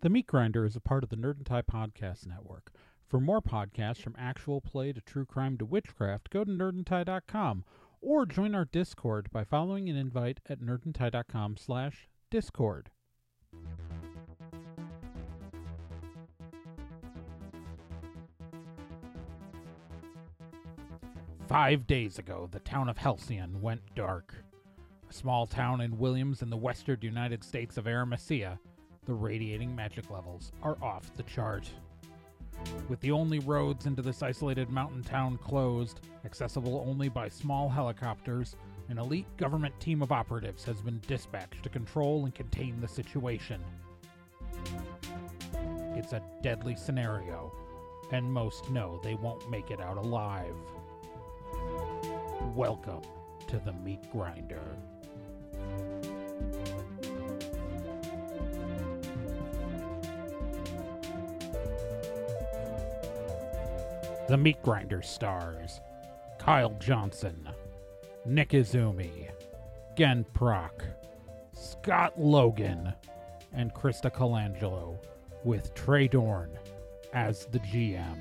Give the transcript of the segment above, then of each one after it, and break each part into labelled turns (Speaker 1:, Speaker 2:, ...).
Speaker 1: The Meat Grinder is a part of the Nerd and Tie Podcast Network. For more podcasts from actual play to true crime to witchcraft, go to nerdandtie.com or join our Discord by following an invite at nerdandtie.com slash discord. Five days ago, the town of Halcyon went dark. A small town in Williams in the western United States of Arimathea, the radiating magic levels are off the chart. With the only roads into this isolated mountain town closed, accessible only by small helicopters, an elite government team of operatives has been dispatched to control and contain the situation. It's a deadly scenario, and most know they won't make it out alive. Welcome to the Meat Grinder. The Meat Grinder stars Kyle Johnson, Nick Izumi, Gen Proc, Scott Logan, and Krista Colangelo, with Trey Dorn as the GM.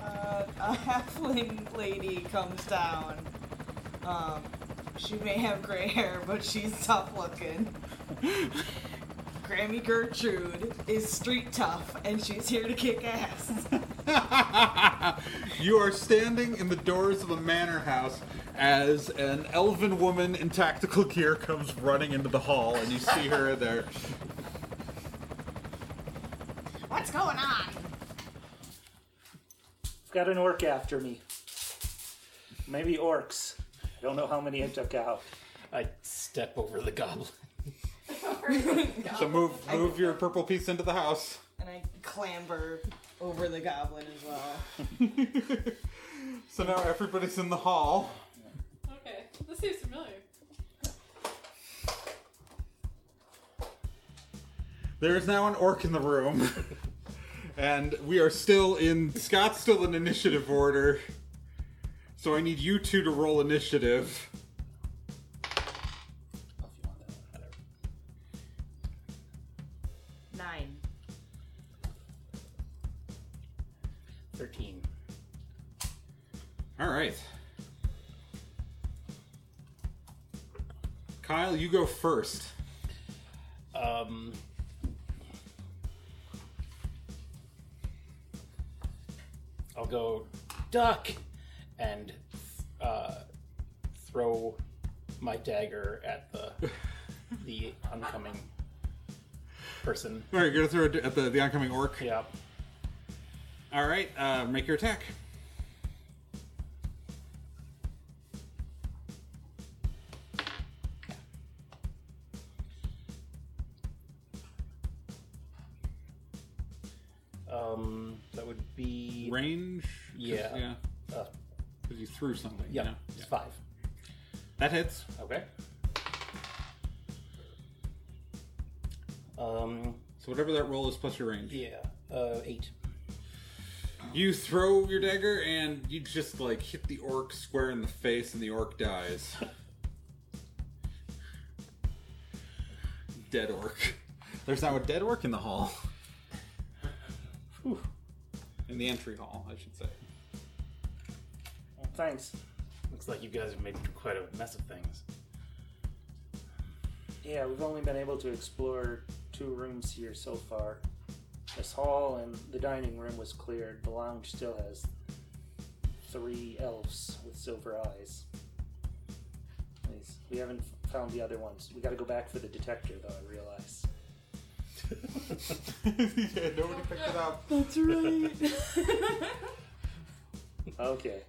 Speaker 2: Uh, a halfling lady comes down. Um, she may have gray hair, but she's tough looking. Grammy Gertrude is street tough, and she's here to kick ass.
Speaker 3: you are standing in the doors of a manor house as an elven woman in tactical gear comes running into the hall, and you see her there.
Speaker 2: What's going on?
Speaker 4: Got an orc after me. Maybe orcs. I don't know how many I took out.
Speaker 5: I step over the goblin.
Speaker 3: So move, move your purple piece into the house.
Speaker 2: And I clamber over the goblin as well.
Speaker 3: So now everybody's in the hall.
Speaker 6: Okay, this seems familiar.
Speaker 3: There is now an orc in the room, and we are still in. Scott's still in initiative order, so I need you two to roll initiative.
Speaker 5: Oh, if you want that. Whatever.
Speaker 2: Nine.
Speaker 5: Thirteen.
Speaker 3: All right. Kyle, you go first.
Speaker 5: Um. I'll go duck and uh, throw my dagger at the the oncoming person.
Speaker 3: All right, you're gonna throw it at the, the oncoming orc.
Speaker 5: Yeah.
Speaker 3: All right, uh, make your attack.
Speaker 5: Um, that would be
Speaker 3: Range. 'Cause-
Speaker 5: Yeah.
Speaker 3: Yeah.
Speaker 5: Uh,
Speaker 3: Because you threw something.
Speaker 5: yeah,
Speaker 3: you know?
Speaker 5: it's five.
Speaker 3: That hits.
Speaker 5: Okay. Um.
Speaker 3: So whatever that roll is plus your range.
Speaker 5: Yeah. Uh, eight.
Speaker 3: You throw your dagger and you just like hit the orc square in the face, and the orc dies. dead orc. There's now a dead orc in the hall.
Speaker 4: Whew.
Speaker 3: In the entry hall, I should say.
Speaker 4: Well, thanks.
Speaker 5: Looks like you guys have made quite a mess of things.
Speaker 4: Yeah, we've only been able to explore two rooms here so far. This hall and the dining room was cleared. The lounge still has three elves with silver eyes. Nice. We haven't f- found the other ones. We gotta go back for the detector, though, I realize.
Speaker 3: yeah, nobody picked it up.
Speaker 2: That's right.
Speaker 4: Okay.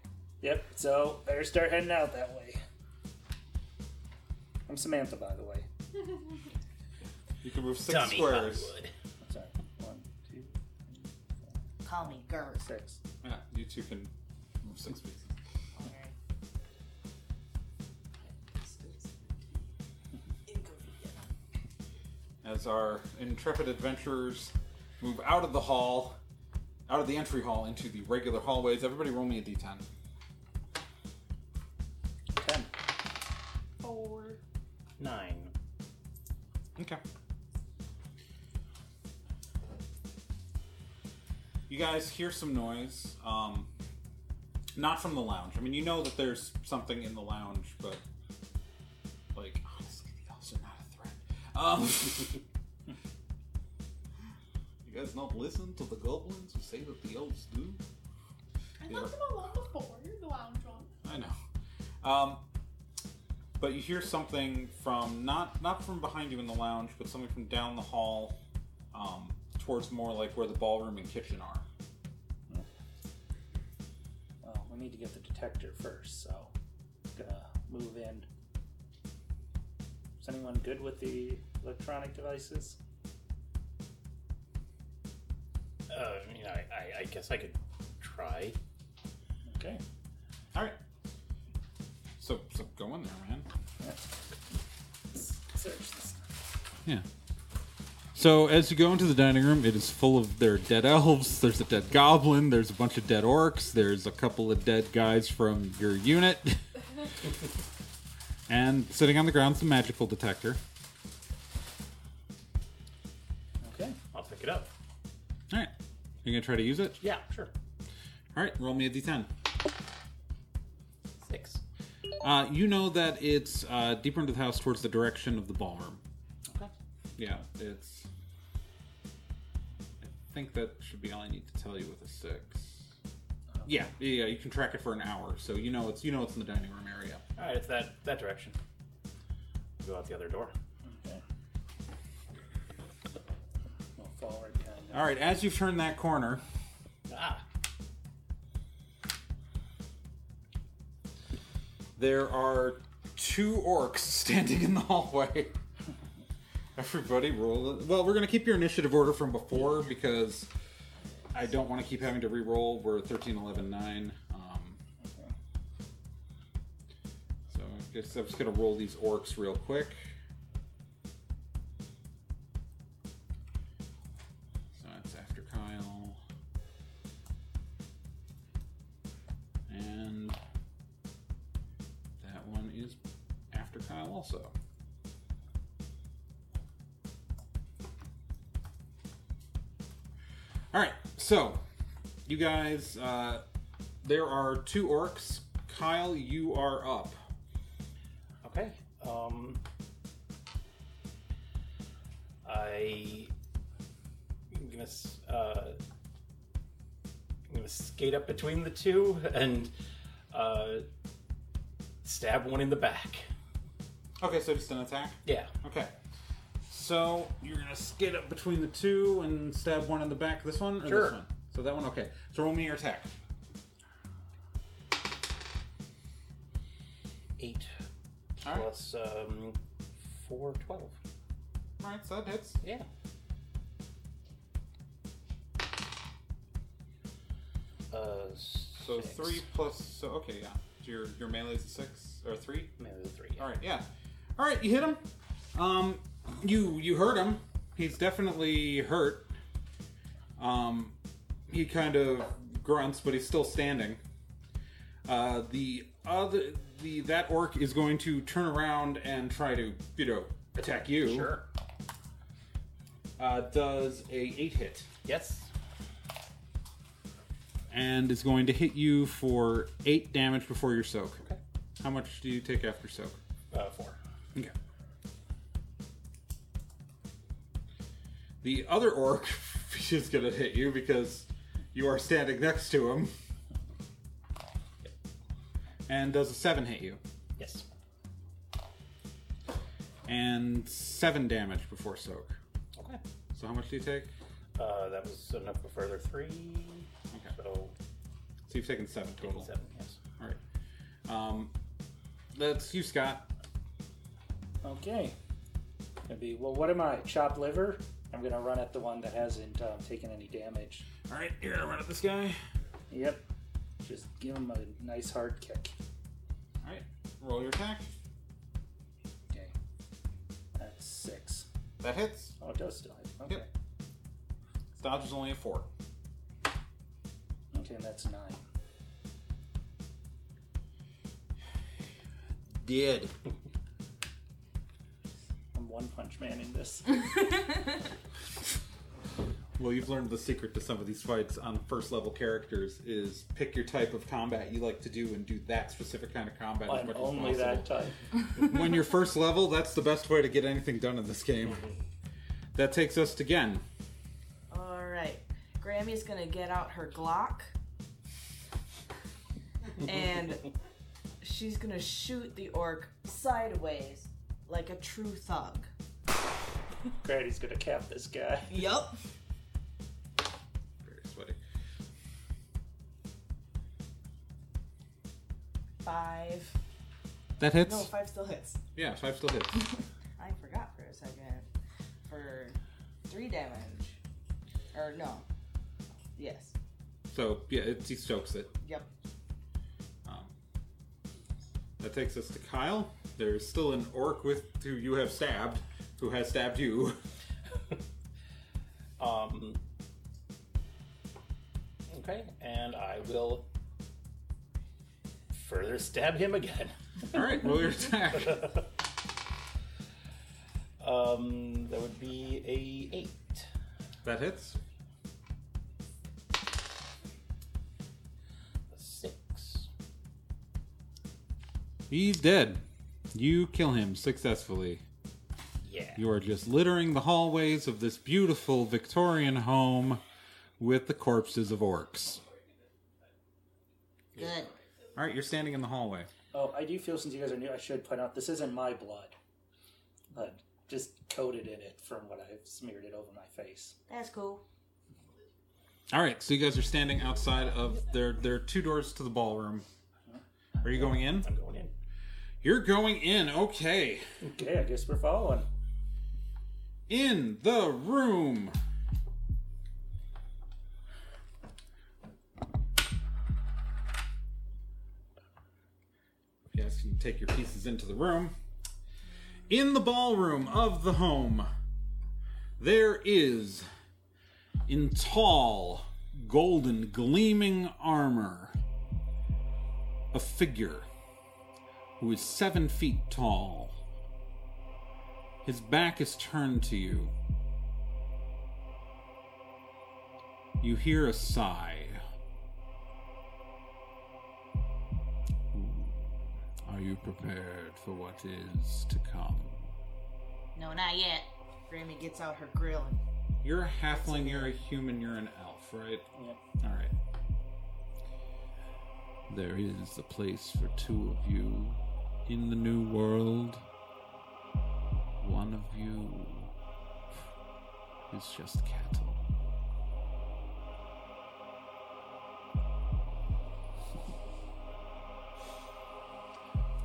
Speaker 4: Yep, so better start heading out that way. I'm Samantha, by the way.
Speaker 3: You can move six squares.
Speaker 4: Sorry. One, two,
Speaker 2: Call me Gert.
Speaker 4: six.
Speaker 3: Yeah, you two can move six pieces.
Speaker 2: Alright.
Speaker 3: as our intrepid adventurers move out of the hall, out of the entry hall into the regular hallways. Everybody roll me a d10.
Speaker 5: Ten.
Speaker 6: Four.
Speaker 5: Nine.
Speaker 3: Okay. You guys hear some noise. Um, not from the lounge. I mean, you know that there's something in the lounge, but like honestly, the elves are not a threat. Um, you guys not listen to the goblins who say that the elves do?
Speaker 6: I
Speaker 3: Yeah.
Speaker 6: left them alone before. You're the lounge one.
Speaker 3: I know. Um, but you hear something from not not from behind you in the lounge, but something from down the hall, um, towards more like where the ballroom and kitchen are.
Speaker 4: Well, we need to get the detector first, so gonna move in. Is anyone good with the electronic devices?
Speaker 5: Uh, you know, I, I, I guess I could try.
Speaker 4: Okay.
Speaker 3: All right. So so go in there, man.
Speaker 4: Search this.
Speaker 3: Yeah. So as you go into the dining room, it is full of their dead elves. There's a dead goblin. There's a bunch of dead orcs. There's a couple of dead guys from your unit. and sitting on the ground's the magical detector.
Speaker 4: Okay.
Speaker 5: I'll pick it up.
Speaker 3: All right. You're gonna try to use it.
Speaker 5: Yeah, sure.
Speaker 3: All right, roll me a d10.
Speaker 5: Six.
Speaker 3: Uh, you know that it's uh, deeper into the house towards the direction of the ballroom.
Speaker 5: Okay.
Speaker 3: Yeah, it's. I think that should be all I need to tell you with a six. Yeah, yeah, yeah, you can track it for an hour, so you know it's you know it's in the dining room area.
Speaker 5: All right, it's that that direction. Go out the other door.
Speaker 4: Okay. We'll fall right behind them.
Speaker 3: All right, as you turn that corner,
Speaker 5: Ah,
Speaker 3: there are two orcs standing in the hallway. Everybody roll. Well, we're gonna keep your initiative order from before because I don't want to keep having to re-roll. We're 13, 11, 9. Um, so I guess I'm just gonna roll these orcs real quick. So that's after Kyle. And that one is after Kyle also. All right, so you guys, uh, there are two orcs. Kyle, you are up.
Speaker 5: okay. Um, I I'm gonna s- uh, I'm gonna skate up between the two and uh, stab one in the back.
Speaker 3: Okay, so just an attack.
Speaker 5: Yeah.
Speaker 3: Okay, so you're gonna skid up between the two and stab one in the back. This one or
Speaker 5: Sure.
Speaker 3: this one? So that one. Okay, so roll me your attack.
Speaker 5: Eight
Speaker 3: All right,
Speaker 5: plus um, four, twelve.
Speaker 3: all right, so that hits.
Speaker 5: Yeah. Uh,
Speaker 3: So
Speaker 5: six.
Speaker 3: three plus. So okay, yeah. So your your melee is a six or three.
Speaker 5: Maybe the three.
Speaker 3: All right, yeah. All right, you hit him. Um, you you hurt him. He's definitely hurt. Um, he kind of grunts, but he's still standing. Uh, the other the that orc is going to turn around and try to you know attack you.
Speaker 5: Sure.
Speaker 3: Uh, does a eight hit
Speaker 5: Yes.
Speaker 3: and is going to hit you for eight damage before your soak.
Speaker 5: Okay.
Speaker 3: How much do you take after soak?
Speaker 5: Uh, four.
Speaker 3: Okay. The other orc is gonna hit you because you are standing next to him. And does a seven hit you?
Speaker 5: Yes.
Speaker 3: And seven damage before soak.
Speaker 5: Okay.
Speaker 3: So how much do you take?
Speaker 5: Uh, that was enough for further three.
Speaker 3: Okay.
Speaker 5: So
Speaker 3: So you've taken seven total.
Speaker 5: seven. Yes.
Speaker 3: All right. Um, that's you, Scott.
Speaker 4: Okay. Gonna be well. What am I? Chopped liver. I'm gonna run at the one that hasn't um, taken any damage.
Speaker 3: All right, you're gonna run at this guy.
Speaker 4: Yep. Just give him a nice hard kick.
Speaker 3: All right, roll your attack.
Speaker 4: Okay. That's six.
Speaker 3: That hits.
Speaker 4: Oh, it does still. hit. Okay.
Speaker 3: Yep. His dodge is only a four.
Speaker 4: Okay, that's nine.
Speaker 7: Did.
Speaker 4: I'm one punch manning this.
Speaker 3: Well, you've learned the secret to some of these fights on first level characters is pick your type of combat you like to do and do that specific kind of combat as
Speaker 4: I'm
Speaker 3: much
Speaker 4: only
Speaker 3: as
Speaker 4: that
Speaker 3: possible.
Speaker 4: type.
Speaker 3: when you're first level, that's the best way to get anything done in this game.
Speaker 4: Mm-hmm.
Speaker 3: That takes us to Gen.
Speaker 2: All right. Grammy's gonna get out her Glock, and she's gonna shoot the orc sideways like a true thug.
Speaker 4: Grady's gonna cap this guy.
Speaker 2: Yup.
Speaker 3: Very sweaty.
Speaker 2: Five.
Speaker 3: That hits.
Speaker 2: No, five still hits.
Speaker 3: Yeah, five still hits.
Speaker 2: I forgot for a second. For three damage. Or no. Yes.
Speaker 3: So yeah, it, he soaks it.
Speaker 2: Yep.
Speaker 3: Um, that takes us to Kyle. There's still an orc with who you have stabbed, who has stabbed you.
Speaker 5: Um, okay, and I will further stab him again.
Speaker 3: All right, roll your attack.
Speaker 5: um, that would be a eight.
Speaker 3: That hits.
Speaker 5: A six.
Speaker 3: He's dead. You kill him successfully.
Speaker 5: Yeah.
Speaker 3: You are just littering the hallways of this beautiful Victorian home with the corpses of orcs.
Speaker 2: Good.
Speaker 3: All right, you're standing in the hallway.
Speaker 4: Oh, I do feel since you guys are new, I should point out this isn't my blood, but just coated in it from what I've smeared it over my face.
Speaker 2: That's cool.
Speaker 3: All right, so you guys are standing outside of there. There are two doors to the ballroom. Are you going in?
Speaker 5: I'm going in.
Speaker 3: You're going in. Okay,
Speaker 4: Okay, I guess we're following.
Speaker 3: in the room. You guys can take your pieces into the room. In the ballroom of the home, there is, in tall, golden, gleaming armor, a figure who is seven feet tall. His back is turned to you. You hear a sigh. Are you prepared for what is to come?
Speaker 2: No, not yet. Grammy gets out her grill and
Speaker 3: You're a halfling, you're a human, you're an elf, right?
Speaker 4: Yeah.
Speaker 3: Alright. There is a place for two of you in the new world. One of you is just cattle.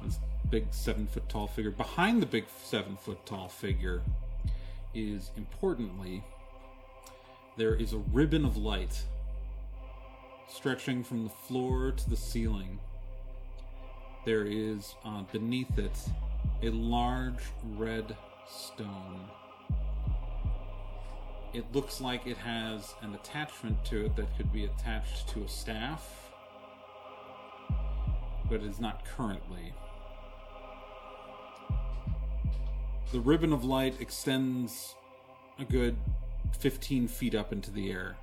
Speaker 3: This big seven foot tall figure. Behind the big seven foot tall figure is importantly, there is a ribbon of light stretching from the floor to the ceiling. There is uh, beneath it a large red stone. It looks like it has an attachment to it that could be attached to a staff, but it is not currently. The ribbon of light extends a good 15 feet up into the air.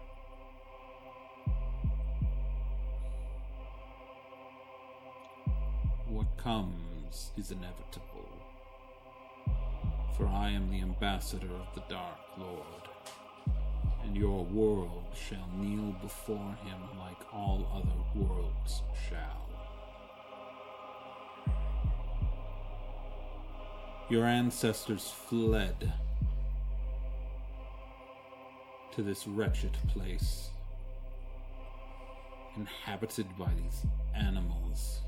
Speaker 3: What comes is inevitable. For I am the ambassador of the Dark Lord, and your world shall kneel before him like all other worlds shall. Your ancestors fled to this wretched place, inhabited by these animals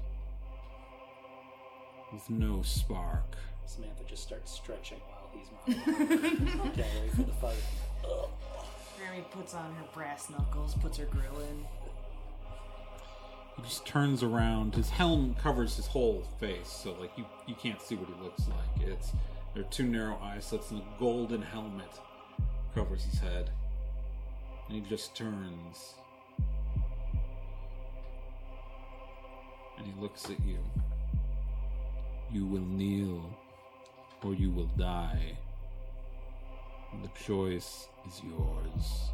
Speaker 3: with no spark.
Speaker 4: Samantha just starts stretching while he's monologuing. Can't wait for the fight.
Speaker 2: Grammy puts on her brass knuckles, puts her grill in.
Speaker 3: He just turns around. His helm covers his whole face, so like you you can't see what he looks like. It's There are two narrow eye slits and a golden helmet covers his head. And he just turns. And he looks at you. You will kneel, or you will die. And the choice is yours.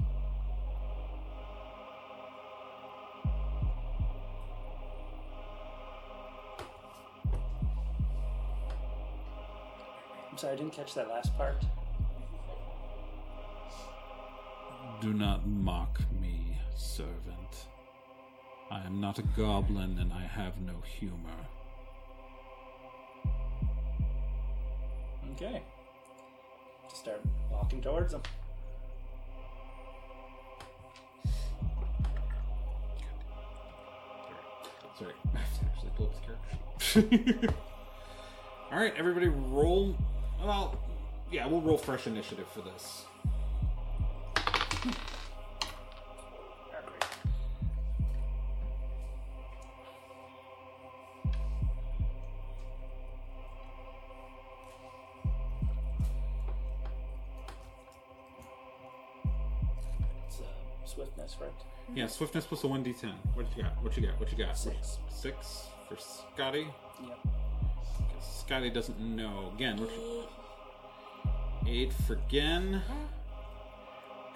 Speaker 4: I'm sorry, I didn't catch that last part.
Speaker 3: Do not mock me, servant. I am not a goblin and I have no humor.
Speaker 4: Okay. Just start walking towards him.
Speaker 3: Sorry, I have to actually pull up the character sheet. All right, everybody, roll. Well, yeah, we'll roll fresh initiative for this.
Speaker 4: It's uh, swiftness, right?
Speaker 3: Yeah, swiftness plus a one d ten. What you got? What you got? What you got?
Speaker 4: Six.
Speaker 3: Six for Scotty.
Speaker 4: Yep.
Speaker 3: 'Cause Scotty doesn't know. Again, what you... eight for Gen.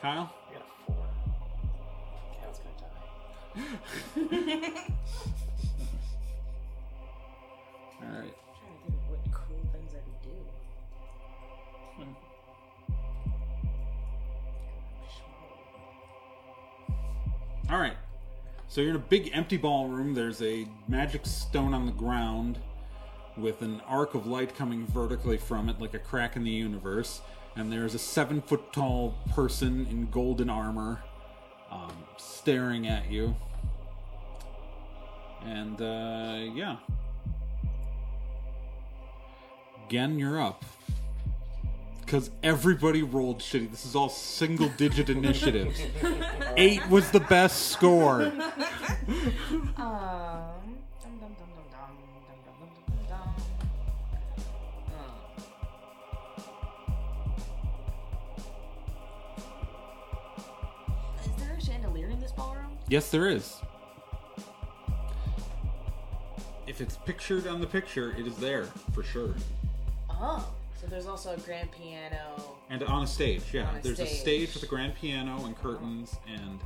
Speaker 3: Kyle.
Speaker 5: I got a four. Cal's gonna die.
Speaker 3: All right.
Speaker 2: trying to think of what cool things I could do.
Speaker 3: All right. So you're in a big empty ballroom. There's a magic stone on the ground with an arc of light coming vertically from it, like a crack in the universe. And there's a seven foot tall person in golden armor um, staring at you. And uh, yeah. Again, you're up. Because everybody rolled shitty. This is all single digit initiatives. Eight was the best score.
Speaker 2: Um, dum dum dum dum dum dum dum dum dum dum. dum. Um, Hmm. Is there a chandelier in this ballroom?
Speaker 3: Yes, there is. If it's pictured on the picture, it is there for sure.
Speaker 2: Oh, so there's also a grand piano
Speaker 3: And on a stage, yeah.
Speaker 2: On a
Speaker 3: there's a
Speaker 2: stage.
Speaker 3: stage with a grand piano and curtains and
Speaker 2: and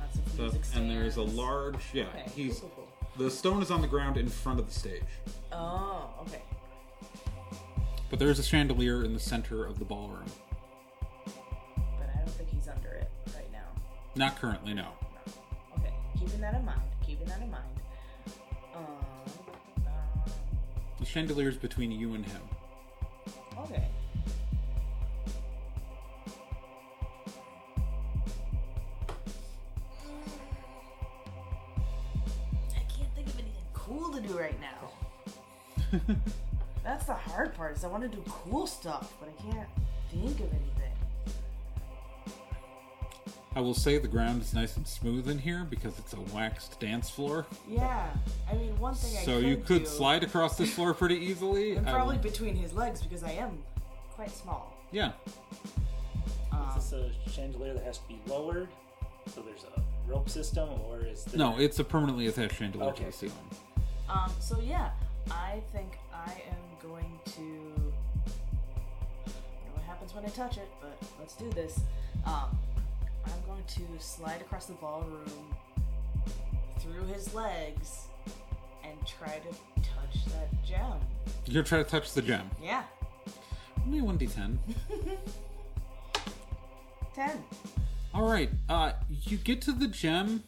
Speaker 2: lots of
Speaker 3: stuff,
Speaker 2: music
Speaker 3: and there's a
Speaker 2: stands.
Speaker 3: large, yeah.
Speaker 2: Okay, cool,
Speaker 3: he's
Speaker 2: cool, cool.
Speaker 3: the stone is on the ground in front of the stage,
Speaker 2: Oh, okay.
Speaker 3: but there is a chandelier in the center of the ballroom.
Speaker 2: But I don't think he's under it right now.
Speaker 3: Not currently, no.
Speaker 2: No. Okay, keeping that in mind. Keeping that in mind. Um. um,
Speaker 3: The chandelier is between you and him.
Speaker 2: okay. I can't think of anything cool to do right now. That's the hard part. Is I want to do cool stuff, but I can't think of anything.
Speaker 3: I will say the ground is nice and smooth in here because it's a waxed dance floor.
Speaker 8: Yeah, I mean one thing I
Speaker 3: So
Speaker 8: could
Speaker 3: you could
Speaker 8: do,
Speaker 3: slide across this floor pretty easily.
Speaker 8: and
Speaker 3: I
Speaker 8: probably
Speaker 3: will-
Speaker 8: between his legs because I am quite small.
Speaker 3: yeah.
Speaker 8: Um,
Speaker 4: Is this a chandelier that has to be lowered? So there's a rope system, or is there...
Speaker 3: No, it's a permanently attached chandelier to
Speaker 4: Okay.
Speaker 3: the ceiling.
Speaker 2: Um, so yeah, I think I am going to. I don't know what happens when I touch it, but let's do this. Um, I'm going to slide across the ballroom through his legs and try to touch that gem.
Speaker 3: You're trying to touch the gem.
Speaker 2: Yeah,
Speaker 3: Only one d10.
Speaker 2: ten.
Speaker 3: All right. Uh, you get to the gem,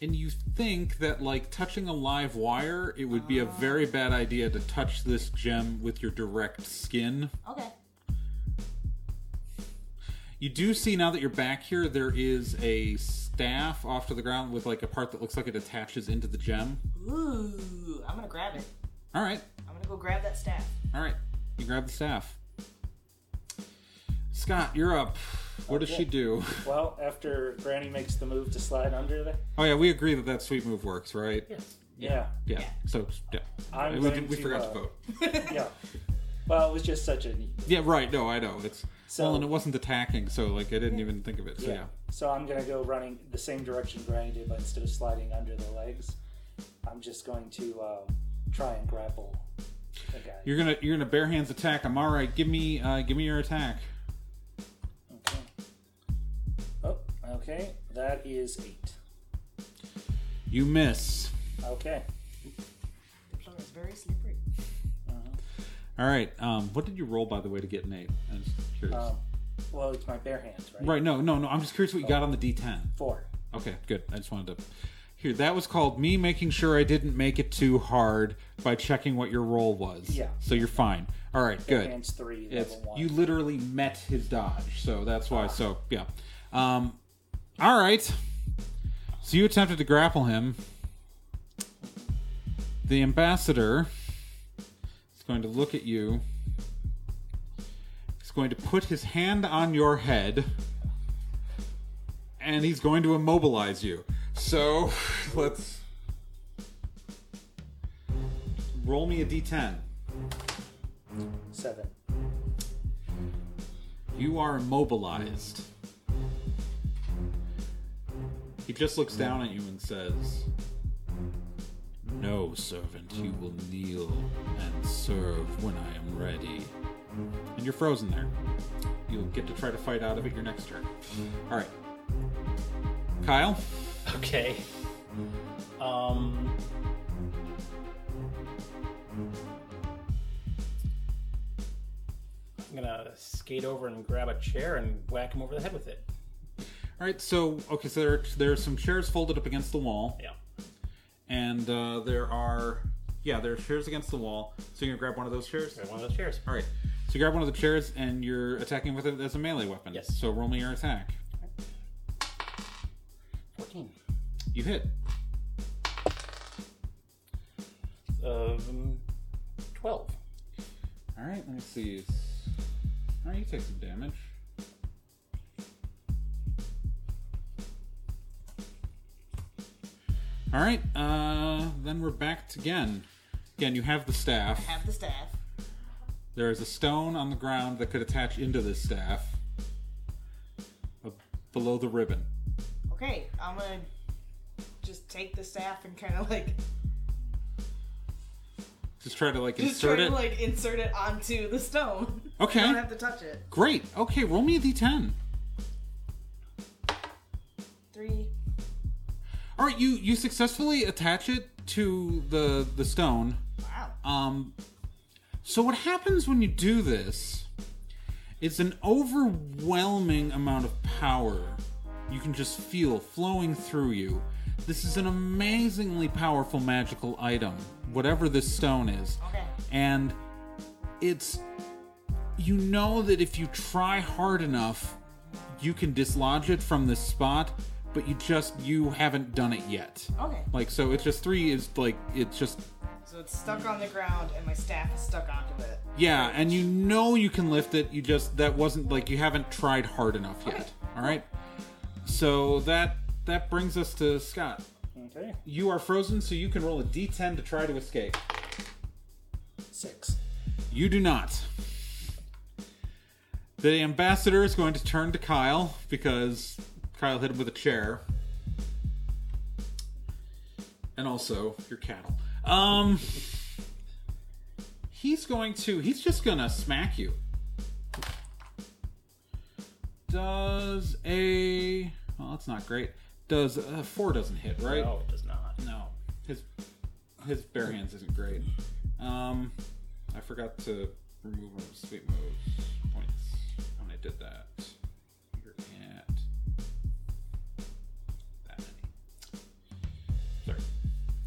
Speaker 3: and you think that like touching a live wire, it would be
Speaker 8: Ah.
Speaker 3: a very bad idea to touch this gem with your direct skin.
Speaker 2: Okay.
Speaker 3: You do see now that you're back here, there is a staff off to the ground with like a part that looks like it attaches into the gem.
Speaker 2: Ooh, I'm gonna grab it.
Speaker 3: All right.
Speaker 2: I'm gonna go grab that staff.
Speaker 3: All right, you grab the staff. Scott, you're up. What does she do?
Speaker 4: Well, after Granny makes the move to slide under there...
Speaker 3: Oh yeah, we agree that that sweet move works, right?
Speaker 5: Yes.
Speaker 4: Yeah.
Speaker 3: Yeah. So yeah,
Speaker 4: I'm
Speaker 3: we,
Speaker 4: going
Speaker 3: we
Speaker 4: to,
Speaker 3: forgot
Speaker 4: uh,
Speaker 3: to vote.
Speaker 4: Yeah. Well, it was just such a
Speaker 3: Yeah, right. No, I know. It's
Speaker 4: So-
Speaker 3: well, and it wasn't attacking, so like I didn't even think of it. So yeah.
Speaker 4: yeah. So I'm gonna go running the same direction Granny did, but instead of sliding under the legs, I'm just going to um, try and grapple the guy.
Speaker 3: you're gonna you're gonna bare hands attack Amara. Give me uh, give me your attack.
Speaker 4: Okay. Oh, okay. That is eight.
Speaker 3: You miss.
Speaker 4: Okay.
Speaker 7: The floor is very slippery.
Speaker 3: All right. Um, what did you roll by the way to get an eight? I'm just curious.
Speaker 4: Um, well, it's my bare hands, right?
Speaker 3: right. No. No. No. I'm just curious what you got on the D10.
Speaker 4: Four.
Speaker 3: Okay. Good. I just wanted to. Here, that was called me making sure I didn't make it too hard by checking what your roll was.
Speaker 4: Yeah.
Speaker 3: So you're fine. All right.
Speaker 4: Bare
Speaker 3: Good.
Speaker 4: hands three.
Speaker 3: It's
Speaker 4: level one.
Speaker 3: you literally met his dodge, so that's why. So yeah, um, all right. So you attempted to grapple him. The ambassador is going to look at you. He's going to put his hand on your head, and he's going to immobilize you. So let's roll me a d10.
Speaker 4: seven.
Speaker 3: You are immobilized. He just looks down at you and says, No, servant, you will kneel and serve when I am ready. And you're frozen there. You'll get to try to fight out of it your next turn. Alright. Kyle?
Speaker 5: Okay. Um. I'm gonna skate over and grab a chair and whack him over the head with it.
Speaker 3: Alright, so, okay, so there are, there are some chairs folded up against the wall.
Speaker 5: Yeah.
Speaker 3: And uh, there are, yeah, there are chairs against the wall. So you can grab one of those chairs?
Speaker 5: Grab one of those chairs.
Speaker 3: All right. So you grab one of the chairs and you're attacking with it as a melee weapon.
Speaker 5: Yes.
Speaker 3: So roll me your attack.
Speaker 5: 14.
Speaker 3: You hit.
Speaker 5: Um, 12.
Speaker 3: All right. Let me see. All right. You take some damage. All right. Uh, then we're back again. Again, you have the staff.
Speaker 2: Have the staff.
Speaker 3: There is a stone on the ground that could attach into this staff. Uh, below the ribbon.
Speaker 2: Okay, I'm gonna just take the staff and kind of like
Speaker 3: Just try to like
Speaker 2: just
Speaker 3: insert
Speaker 2: try
Speaker 3: it.
Speaker 2: to like insert it onto the stone.
Speaker 3: Okay.
Speaker 2: I don't have to touch it.
Speaker 3: Great. Okay. Roll me a d10.
Speaker 7: Three.
Speaker 3: All right, you you successfully attach it to the the stone.
Speaker 2: Wow.
Speaker 3: Um, so what happens when you do this is an overwhelming amount of power you can just feel flowing through you. This is an amazingly powerful magical item, whatever this stone is.
Speaker 2: Okay.
Speaker 3: And it's you know that if you try hard enough, you can dislodge it from this spot, but you just you haven't done it yet.
Speaker 2: Okay.
Speaker 3: Like so it's just 3 is like it's just
Speaker 2: So it's stuck on the ground and my staff is stuck onto it.
Speaker 3: Yeah, and you know you can lift it. You just that wasn't like you haven't tried hard enough yet. All right. So that that brings us to Scott.
Speaker 4: Okay.
Speaker 3: You are frozen, so you can roll a d10 to try to escape.
Speaker 4: Six.
Speaker 3: You do not. The ambassador is going to turn to Kyle because Kyle hit him with a chair. And also your cattle. Um He's going to he's just gonna smack you. Does a well that's not great. Does uh, four doesn't hit, right?
Speaker 5: No, it does not.
Speaker 3: No, his his bare hands isn't great. Um, I forgot to remove one of his sweet moves points when I did that. You're at that many. Sorry,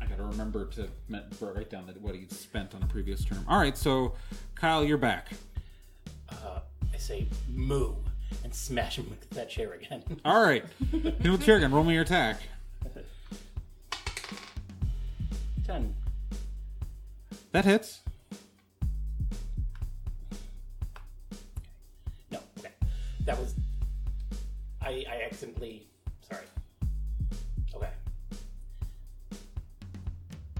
Speaker 3: I gotta remember to me- write down that what he spent on a previous term. All right, so Kyle, you're back.
Speaker 5: Uh, I say moo and smash him with that chair again.
Speaker 3: All right, hit with chair gun. Roll me your attack.
Speaker 5: 10.
Speaker 3: That hits.
Speaker 5: No, okay. That was. I, I accidentally. Sorry. Okay.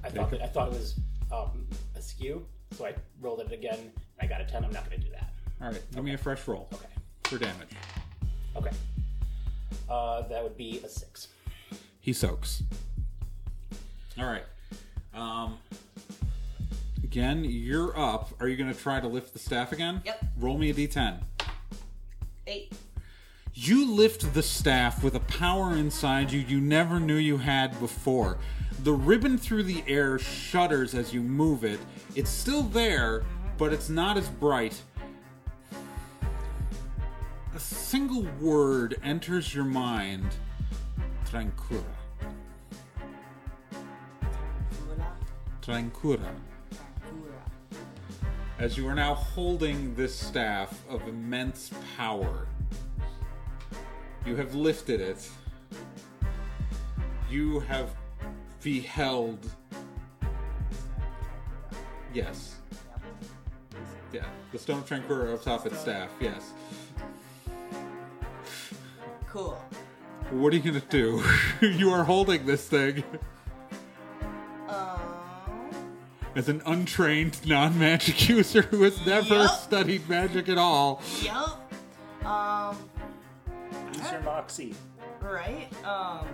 Speaker 5: I thought, that, I thought it was um, askew, so I rolled it again. I I got a 10. I'm not going to do that.
Speaker 3: All right, give me a fresh roll
Speaker 5: Okay.
Speaker 3: for damage.
Speaker 5: Okay. Uh, that would be a 6.
Speaker 3: He soaks. All right. Um, again, you're up. Are you going to try to lift the staff again?
Speaker 2: Yep.
Speaker 3: Roll me a d10.
Speaker 2: Eight.
Speaker 3: You lift the staff with a power inside you you never knew you had before. The ribbon through the air shudders as you move it. It's still there, but it's not as bright. A single word enters your mind Tranquila.
Speaker 7: Fula,
Speaker 3: Tranquila.
Speaker 7: Fula.
Speaker 3: As you are now holding this staff of immense power. You have lifted it. You have beheld. Yes. Yeah, the stone tranquilor up top its staff, yes.
Speaker 2: Cool.
Speaker 3: What are you gonna do? you are holding this thing
Speaker 2: Um.
Speaker 3: as an untrained non magic user who has never
Speaker 2: Yup.
Speaker 3: studied magic at all.
Speaker 2: Yup. Um.
Speaker 4: Use your moxie.
Speaker 2: Right. Um.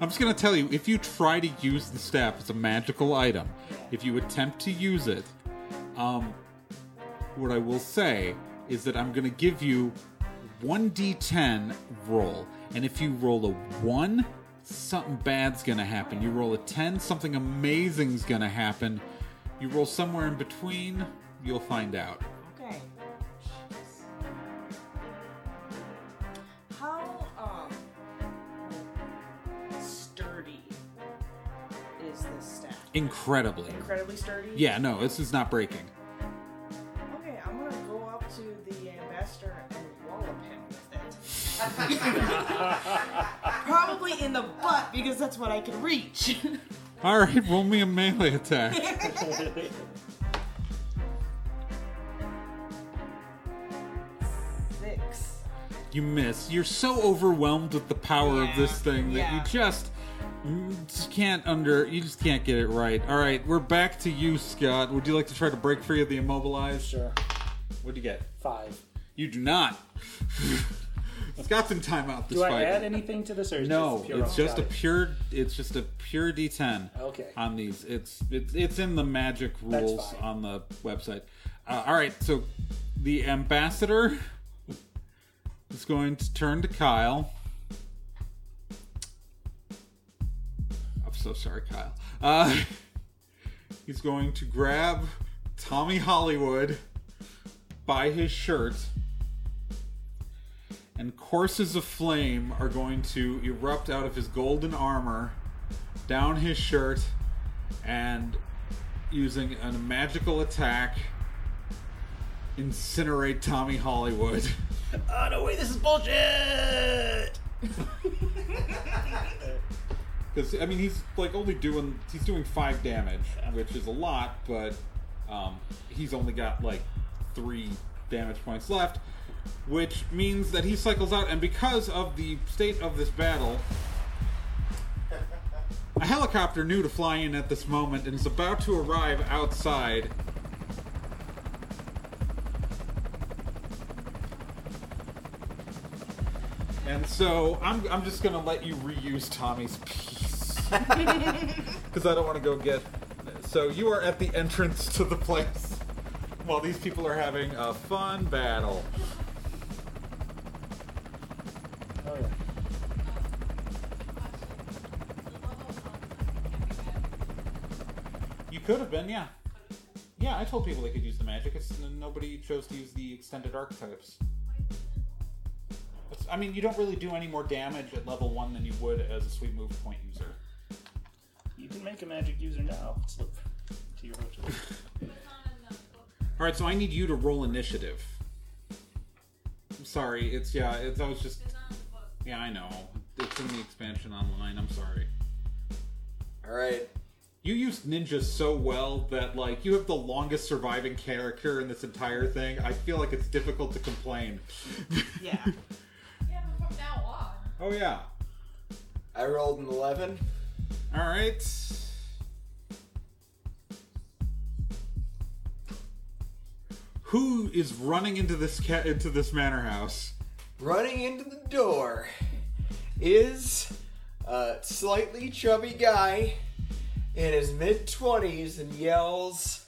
Speaker 3: I'm just gonna tell you, if you try to use the staff as a magical item, if you attempt to use it, um, what I will say is that I'm gonna give you one d10 roll, and if you roll a one, something bad's gonna happen. You roll a ten, something amazing's gonna happen. You roll somewhere in between, you'll find out.
Speaker 2: Okay. How um sturdy
Speaker 7: Is this staff?
Speaker 3: Incredibly.
Speaker 2: incredibly sturdy?
Speaker 3: Yeah, no, this is not breaking.
Speaker 2: Okay, I'm gonna go up to the ambassador and wallop him with it. Probably in the butt because that's what I can reach.
Speaker 3: All right, roll me a melee attack.
Speaker 2: Six.
Speaker 3: You miss. You're so overwhelmed with the power of
Speaker 2: Yeah,
Speaker 3: this thing that
Speaker 2: yeah.
Speaker 3: you just, mm, just can't under. You just can't get it right. All right, we're back to you, Scott. Would you like to try to break free of the immobilized?
Speaker 4: Sure.
Speaker 3: What'd you get?
Speaker 4: Five.
Speaker 3: You do not. Scott's in timeout this
Speaker 4: Do
Speaker 3: fight.
Speaker 4: I add anything to this, or is
Speaker 3: no,
Speaker 4: just pure
Speaker 3: it's just a
Speaker 4: got it.
Speaker 3: pure. It's just a pure D10
Speaker 4: Okay.
Speaker 3: on these. It's it's it's in the magic
Speaker 4: That's
Speaker 3: rules
Speaker 4: fine.
Speaker 3: on the website. Uh, all right, so the ambassador is going to turn to Kyle. I'm so sorry, Kyle. Uh, he's going to grab Tommy Hollywood by his shirt, and courses of flame are going to erupt out of his golden armor down his shirt and using a magical attack incinerate Tommy Hollywood.
Speaker 5: Oh, no way, this is bullshit!
Speaker 3: Because I mean he's like only doing he's doing five damage, which is a lot, but um, he's only got like three damage points left, which means that he cycles out. And because of the state of this battle, a helicopter knew to fly in at this moment and is about to arrive outside. And so I'm, I'm just gonna let you reuse Tommy's piece because I don't want to go get. So you are at the entrance to the place while these people are having a fun battle.
Speaker 4: Oh, yeah.
Speaker 3: You could have been, yeah. Yeah, I told people they could use the magic. It's nobody chose to use the extended archetypes. It's, I mean, you don't really do any more damage at level one than you would as a sweet move point user.
Speaker 4: You can make a magic user now. Slip to your hotel.
Speaker 3: All right, so I need you to roll initiative. I'm sorry, it's yeah, it's I was just yeah, I know. It's in the expansion online. I'm sorry.
Speaker 9: All right.
Speaker 3: You used ninja so well that like you have the longest surviving character in this entire thing. I feel like it's difficult to complain.
Speaker 2: Yeah.
Speaker 6: Yeah, but from now on.
Speaker 3: oh yeah.
Speaker 9: I rolled an 11.
Speaker 3: All right. Who is running into this cat into this manor house?
Speaker 9: Running into the door is a slightly chubby guy in his mid 20s and yells,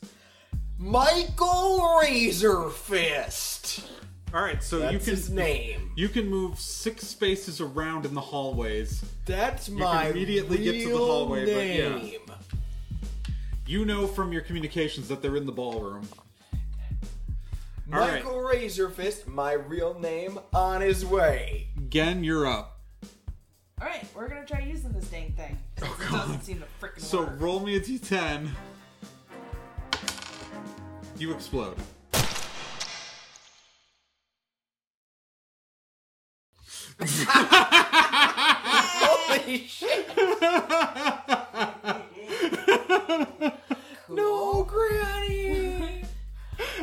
Speaker 9: Michael Razor Fist!
Speaker 3: All right, so
Speaker 9: That's
Speaker 3: you can
Speaker 9: his name.
Speaker 3: you can move six spaces around in the hallways.
Speaker 9: That's
Speaker 3: can
Speaker 9: my
Speaker 3: immediately
Speaker 9: real
Speaker 3: get to the hallway, but yeah.
Speaker 9: name.
Speaker 3: You know from your communications that they're in the ballroom. All right.
Speaker 9: Michael Razor Fist, my real name, on his way.
Speaker 3: Gen, you're up.
Speaker 2: All right, we're gonna try using this dang thing. 'cause it doesn't seem to freaking
Speaker 3: So
Speaker 2: work.
Speaker 3: roll me a d10. You explode.
Speaker 9: Holy shit! No, Granny!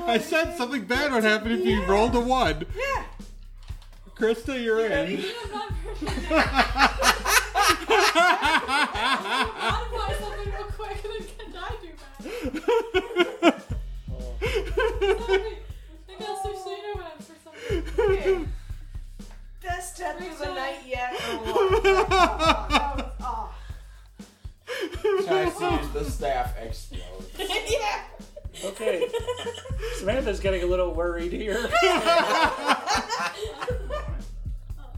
Speaker 3: I said something bad would happen if you rolled a one.
Speaker 2: Yeah.
Speaker 3: Krista, you're in.
Speaker 6: I'm not perfect. Modify something real quick and then can I do that? Sorry. I got so sooner when I'm for something.
Speaker 2: Okay. Best death of the
Speaker 6: Rachel.
Speaker 2: night yet. Oh, or what? That was off.
Speaker 9: Tries to use the staff explode.
Speaker 2: yeah.
Speaker 4: Okay. Samantha's getting a little worried here.
Speaker 6: Oh, I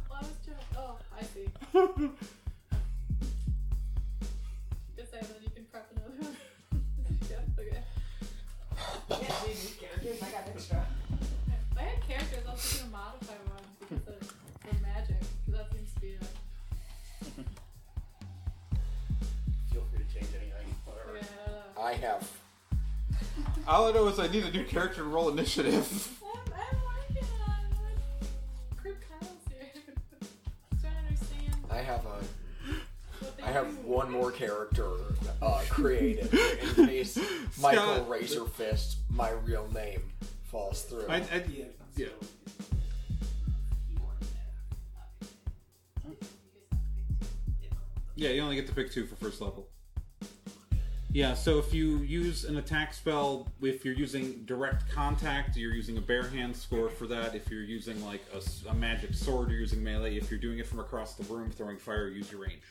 Speaker 6: was trying. Oh, I see. Good save, then you can prep another one. yeah, okay.
Speaker 2: Yeah, dude, these characters, I got extra.
Speaker 6: If I had characters, I was just gonna modify one because of the magic. Because that seems to be like,
Speaker 4: Feel free to change anything. Whatever.
Speaker 6: yeah.
Speaker 9: I have.
Speaker 3: All I know is I need a new character to roll initiative.
Speaker 6: I'm, I'm working on what group Kyle's here. trying to understand
Speaker 9: I have a.
Speaker 6: what they
Speaker 9: I
Speaker 6: do.
Speaker 9: have one more character uh, created in case Michael
Speaker 3: Scott.
Speaker 9: Razor Fist, my real name, falls through.
Speaker 3: I, I, yeah. Yeah, you only get to pick two for first level. Yeah, so if you use an attack spell, if you're using direct contact, you're using a bare hand score for that. If you're using like a, s- a magic sword, you're using melee. If you're doing it from across the room, throwing fire, use your range.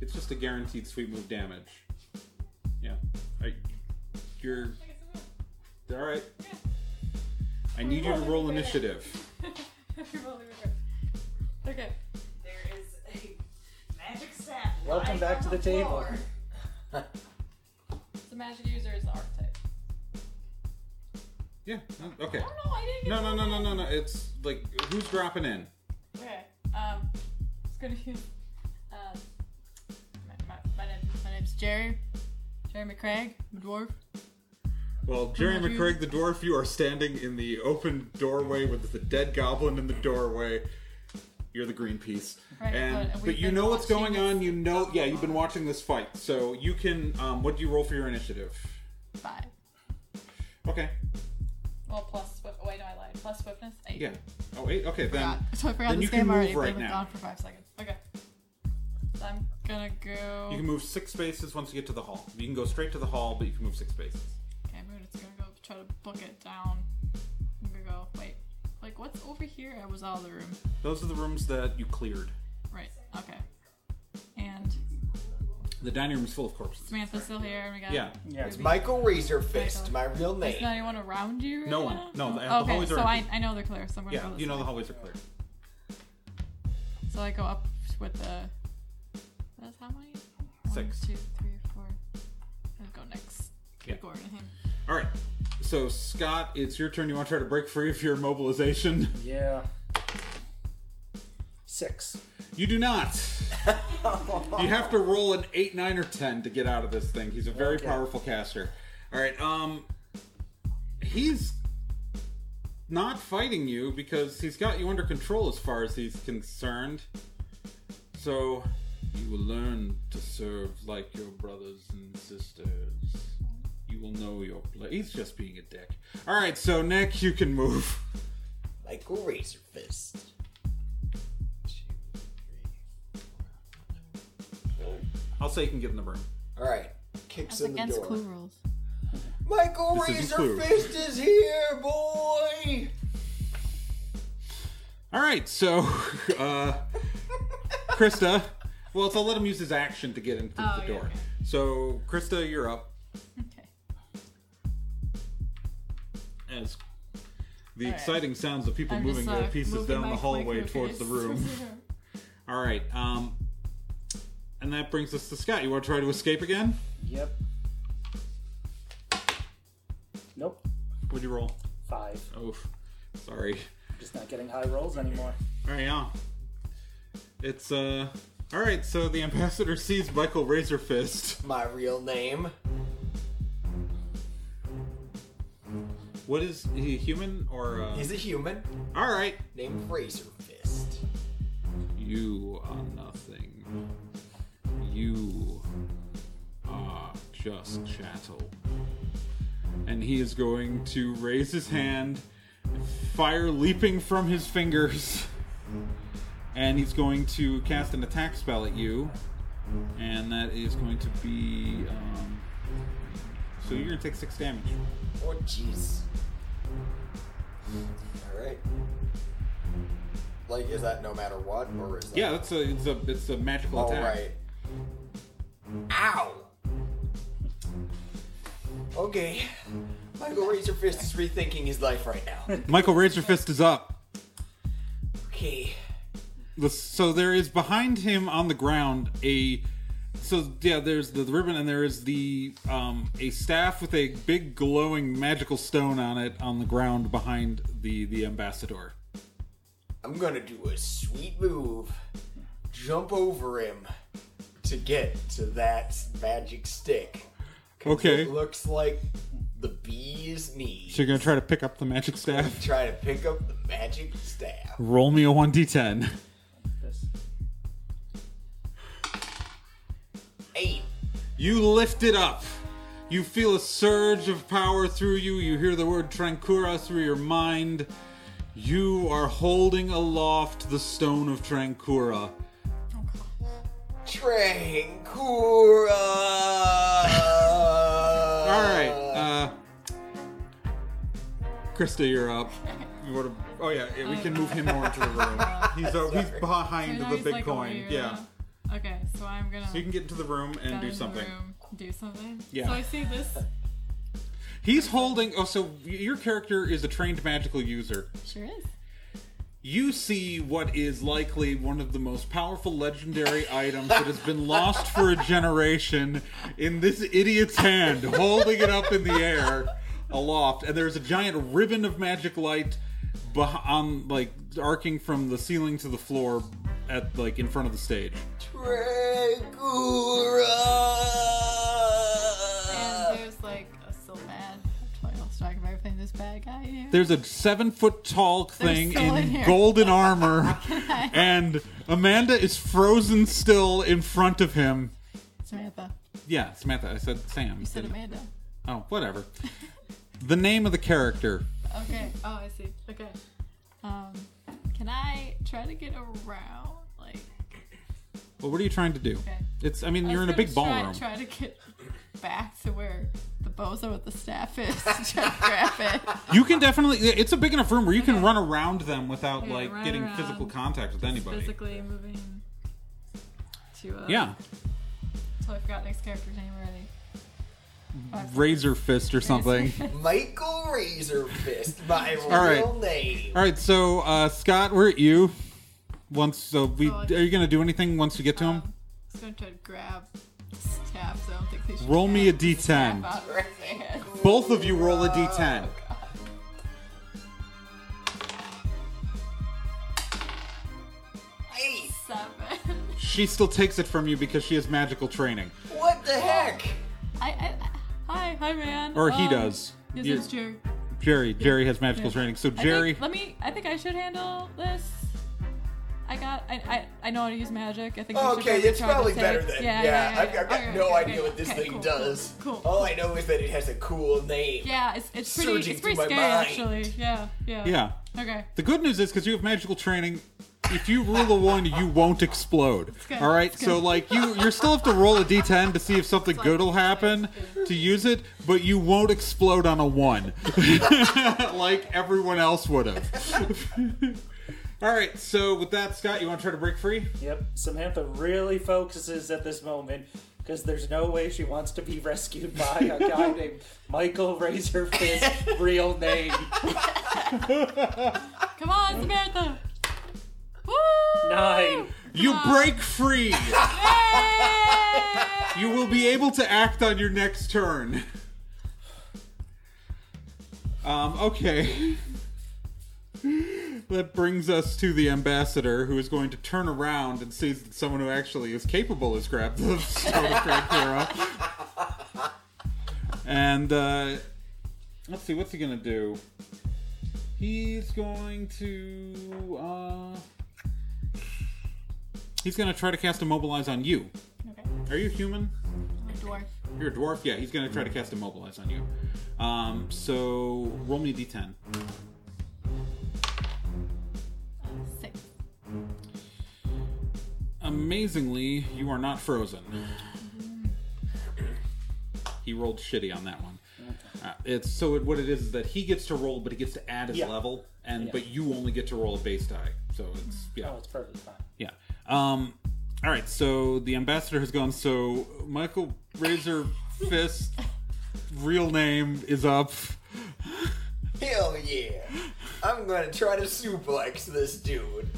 Speaker 3: It's just a guaranteed sweep move damage. Yeah. I, you're.
Speaker 6: I guess
Speaker 3: Alright. I need you to roll initiative.
Speaker 6: I'm not. You're rolling with her. Okay.
Speaker 2: There is a magic staff.
Speaker 4: Welcome
Speaker 2: lying
Speaker 4: back
Speaker 2: on
Speaker 4: to the table.
Speaker 2: floor.
Speaker 6: So magic user is the archetype.
Speaker 3: Yeah. no, Okay.
Speaker 6: I don't know. I didn't.
Speaker 3: No,
Speaker 6: get
Speaker 3: no, no,
Speaker 6: that.
Speaker 3: no, no, no. It's like who's dropping in?
Speaker 6: Okay. Um, it's gonna use. Um, my, my, my, name, my name's Jerry. Jerry McCraig, I'm a dwarf.
Speaker 3: Well, Jerry
Speaker 6: Come on,
Speaker 3: McCraig, the dwarf, you are standing in the open doorway with the dead goblin in the doorway. You're the green piece,
Speaker 6: Right,
Speaker 3: and
Speaker 6: but
Speaker 3: but,
Speaker 6: we've
Speaker 3: you
Speaker 6: been
Speaker 3: know what's
Speaker 6: watching
Speaker 3: going
Speaker 6: this-
Speaker 3: on. You know, yeah, you've been watching this fight, so you can. Um, what do you roll for your initiative?
Speaker 6: Five.
Speaker 3: Okay,
Speaker 6: Well, plus swift. oh, Wait, no, I lied. Plus swiftness, eight.
Speaker 3: yeah. Oh wait, okay
Speaker 6: Forgot.
Speaker 3: then.
Speaker 6: So I forgot
Speaker 3: then
Speaker 6: this
Speaker 3: you can
Speaker 6: game already.
Speaker 3: move right
Speaker 6: but it was
Speaker 3: now.
Speaker 6: gone for five seconds. Okay. So I'm gonna go.
Speaker 3: You can move six spaces once you get to the hall. You can go straight to the hall, but you can move six spaces.
Speaker 6: Okay, I'm just gonna go try to book it down. I'm gonna go. Wait. Like, what's over here? I was out of the room.
Speaker 3: Those are the rooms that you cleared.
Speaker 6: Right. Okay. And
Speaker 3: The dining room is full of corpses.
Speaker 6: Samantha's still here, and we got
Speaker 3: Yeah.
Speaker 4: Yeah,
Speaker 9: It's Michael Razor Fist, my real
Speaker 6: Is there
Speaker 9: name.
Speaker 6: anyone around you? Right
Speaker 3: No one.
Speaker 6: now?
Speaker 3: No, the- the
Speaker 6: Oh, okay,
Speaker 3: hallways are
Speaker 6: so I,
Speaker 3: empty.
Speaker 6: I know they're clear, so I'm gonna
Speaker 3: Yeah,
Speaker 6: go this
Speaker 3: you know
Speaker 6: way.
Speaker 3: the hallways are clear.
Speaker 6: So I go up with the. That's how many?
Speaker 3: Six.
Speaker 6: One, two, three, four. I'll go next.
Speaker 3: Yeah.
Speaker 6: Gordon.
Speaker 3: All right. So Scott, it's your turn. You want to try to break free of your mobilization?
Speaker 4: Yeah. Six.
Speaker 3: You do not. you have to roll an eight, nine, or ten to get out of this thing. He's a very
Speaker 4: Okay.
Speaker 3: powerful caster. All right. Um, he's not fighting you because he's got you under control as far as he's concerned. So you will learn to serve like your brothers and sisters. You will know your place. He's just being a dick. All right. So Nick, you can move.
Speaker 9: like a razor fist.
Speaker 3: I'll say you can get in the room.
Speaker 9: All right, kicks
Speaker 6: That's
Speaker 9: in the
Speaker 6: against
Speaker 9: door.
Speaker 6: clue rules.
Speaker 9: Michael
Speaker 3: This isn't
Speaker 9: Razor
Speaker 3: Clue.
Speaker 9: Fist is here, boy.
Speaker 3: All right, so uh, Krista. Well, so let him use his action to get into
Speaker 6: Oh,
Speaker 3: the
Speaker 6: yeah,
Speaker 3: door.
Speaker 6: okay.
Speaker 3: So Krista, you're up.
Speaker 6: Okay.
Speaker 3: As the
Speaker 6: All right.
Speaker 3: exciting sounds of people
Speaker 6: I'm
Speaker 3: moving
Speaker 6: just, uh,
Speaker 3: their pieces
Speaker 6: moving
Speaker 3: down
Speaker 6: my-
Speaker 3: the
Speaker 6: my
Speaker 3: hallway
Speaker 6: clue
Speaker 3: towards the
Speaker 6: piece.
Speaker 3: room. All right, um, and that brings us to Scott. You want to try to escape again?
Speaker 4: Yep. Nope.
Speaker 3: What'd you roll?
Speaker 4: Five.
Speaker 3: Oof. Sorry.
Speaker 4: Just not getting high rolls anymore.
Speaker 3: All right, yeah. It's uh. All right, so the ambassador sees Michael Razor Fist.
Speaker 9: My real name.
Speaker 3: What is he? Human or? Uh...
Speaker 9: He's a human
Speaker 3: All right.
Speaker 9: named Razor Fist.
Speaker 3: You are nothing. You are just chattel. And he is going to raise his hand, fire leaping from his fingers. And he's going to cast an attack spell at you. And that is going to be. Um, so you're going to take six damage.
Speaker 9: Oh, jeez. All right. Like, is that no matter what, or is that...
Speaker 3: Yeah, that's a it's a it's a magical
Speaker 9: All
Speaker 3: attack.
Speaker 9: right. Ow. Okay. Michael Razor Fist is rethinking his life right now.
Speaker 3: Michael Razor Fist is up.
Speaker 9: okay.
Speaker 3: The- so there is behind him on the ground a so yeah there's the ribbon and there is the um a staff with a big glowing magical stone on it on the ground behind the the ambassador
Speaker 9: I'm gonna do a sweet move. Jump over him to get to that magic stick. 'Cause
Speaker 3: Okay.
Speaker 9: It looks like the bee's knee.
Speaker 3: so you're gonna try to pick up the magic staff
Speaker 9: Try to pick up the magic staff.
Speaker 3: roll me a 1d10
Speaker 4: This.
Speaker 9: Eight.
Speaker 3: You lift it up. You feel a surge of power through you. You hear the word Trancura through your mind. You are holding aloft the stone of Trancura.
Speaker 9: Trancura.
Speaker 3: All right, uh, Krista, you're up. You wanna- oh yeah, yeah, we can move him more into the room. He's uh, he's behind
Speaker 6: Now
Speaker 3: the
Speaker 6: he's,
Speaker 3: big
Speaker 6: like,
Speaker 3: coin.
Speaker 6: aware.
Speaker 3: Yeah,
Speaker 6: Okay, so I'm gonna.
Speaker 3: so you can get into the room and
Speaker 6: down
Speaker 3: do
Speaker 6: in the
Speaker 3: something.
Speaker 6: room, do something.
Speaker 3: Yeah.
Speaker 6: So I see this.
Speaker 3: He's holding. Oh, so y- your character is a trained magical user.
Speaker 6: Sure is.
Speaker 3: You see what is likely one of the most powerful legendary items that has been lost for a generation in this idiot's hand, holding it up in the air aloft. And there's a giant ribbon of magic light beh- on, like, arcing from the ceiling to the floor at, like, in front of the stage.
Speaker 6: And
Speaker 9: Trancura.
Speaker 6: there's like a Sylvan. I'm totally lost track of everything. This bad guy here.
Speaker 3: There's a seven foot tall thing
Speaker 6: still in
Speaker 3: in
Speaker 6: here.
Speaker 3: golden armor, and Amanda is frozen still in front of him.
Speaker 6: Samantha.
Speaker 3: Yeah, Samantha. I said Sam.
Speaker 6: You said Amanda.
Speaker 3: Oh, whatever. the name of the character.
Speaker 6: Okay. Oh, I see. Okay. Um, can I try to get around? Like,
Speaker 3: Well, what are you trying to do?
Speaker 6: okay.
Speaker 3: It's. I mean,
Speaker 6: I
Speaker 3: you're
Speaker 6: was
Speaker 3: in a
Speaker 6: gonna
Speaker 3: big
Speaker 6: try,
Speaker 3: ballroom.
Speaker 6: Try to get back to where the bozo with the staff is. to try to grab it.
Speaker 3: You can definitely. It's a big enough room where you can
Speaker 6: Okay.
Speaker 3: run around them without
Speaker 6: Okay,
Speaker 3: like
Speaker 6: run
Speaker 3: getting
Speaker 6: around.
Speaker 3: physical contact with anybody.
Speaker 6: Physically moving to. Uh,
Speaker 3: Yeah,
Speaker 6: So I forgot next character's name already.
Speaker 3: Mm-hmm.
Speaker 6: Five
Speaker 3: razor fist or something.
Speaker 9: Michael Razor Fist, my
Speaker 3: right.
Speaker 9: real name.
Speaker 3: All right, so uh, Scott, we're at you. Once, so we
Speaker 6: So I-
Speaker 3: are you gonna do anything once we get to him?
Speaker 6: Oh, Um, just gonna try to grab this tab, so I don't think they should.
Speaker 3: Roll me a
Speaker 6: have the
Speaker 3: D10.
Speaker 6: tab out of his hand.
Speaker 3: Both of you roll a
Speaker 6: Oh,
Speaker 3: d10.
Speaker 9: Hey,
Speaker 6: Seven.
Speaker 3: She still takes it from you because she has magical training,
Speaker 9: what the heck?
Speaker 6: I, I, I- hi, hi, man.
Speaker 3: or he
Speaker 6: Um,
Speaker 3: does.
Speaker 6: This
Speaker 3: You-
Speaker 6: is Jerry.
Speaker 3: Jerry, Jerry has magical
Speaker 6: Yeah.
Speaker 3: training. So
Speaker 6: I
Speaker 3: Jerry,
Speaker 6: think, let me. I think I should handle this. I got. I, I, I know how to use magic. I think. I should
Speaker 9: Oh, Okay,
Speaker 6: go
Speaker 9: it's
Speaker 6: try to
Speaker 9: probably
Speaker 6: say-
Speaker 9: better then.
Speaker 6: Yeah,
Speaker 9: Yeah,
Speaker 6: yeah, yeah,
Speaker 9: I've, I've got
Speaker 6: Okay,
Speaker 9: no
Speaker 6: okay,
Speaker 9: idea
Speaker 6: okay,
Speaker 9: what this
Speaker 6: okay,
Speaker 9: thing
Speaker 6: cool,
Speaker 9: does.
Speaker 6: Cool. cool.
Speaker 9: All I know is that it has a cool name.
Speaker 6: yeah, it's it's pretty.
Speaker 9: Surging
Speaker 6: It's pretty
Speaker 9: through my
Speaker 6: scary,
Speaker 9: mind.
Speaker 6: actually. Yeah, yeah.
Speaker 3: Yeah.
Speaker 6: Okay.
Speaker 3: The good news is because you have magical training, if you roll a one, you won't explode.
Speaker 6: good,
Speaker 3: All right,
Speaker 6: it's
Speaker 3: so
Speaker 6: good.
Speaker 3: like you, you still have to roll a d10 to see if something good will happen to use it, but you won't explode on a one, like everyone else would have. All right, so with that, Scott, you want to try to break free?
Speaker 4: Yep, Samantha really focuses at this moment because there's no way she wants to be rescued by a guy named Michael Razor Fist, real name.
Speaker 6: Come on, Samantha. Woo!
Speaker 4: Nine.
Speaker 3: You break free.
Speaker 6: Yay!
Speaker 3: You will be able to act on your next turn. Um, okay. That brings us to the ambassador, who is going to turn around and sees that someone who actually is capable has grabbed the stone of Dracula. And uh, let's see, what's he gonna do? He's going to uh, he's gonna try to cast immobilize on you.
Speaker 6: Okay.
Speaker 3: Are you human?
Speaker 6: I'm a dwarf.
Speaker 3: You're a dwarf. Yeah, he's gonna try to cast immobilize on you. Um, so roll me a d10.
Speaker 6: Six.
Speaker 3: Amazingly, you are not frozen. He rolled shitty on that one. Uh, it's so it, what it is is that he gets to roll, but he gets to add his
Speaker 4: Yeah.
Speaker 3: level, and
Speaker 4: Yeah.
Speaker 3: but you only get to roll a base die. So it's yeah.
Speaker 4: Oh, it's perfectly fine.
Speaker 3: Yeah. Um, all right. So the ambassador has gone. So Michael Razor Fist, real name is up.
Speaker 9: Hell yeah! I'm gonna try to suplex this dude.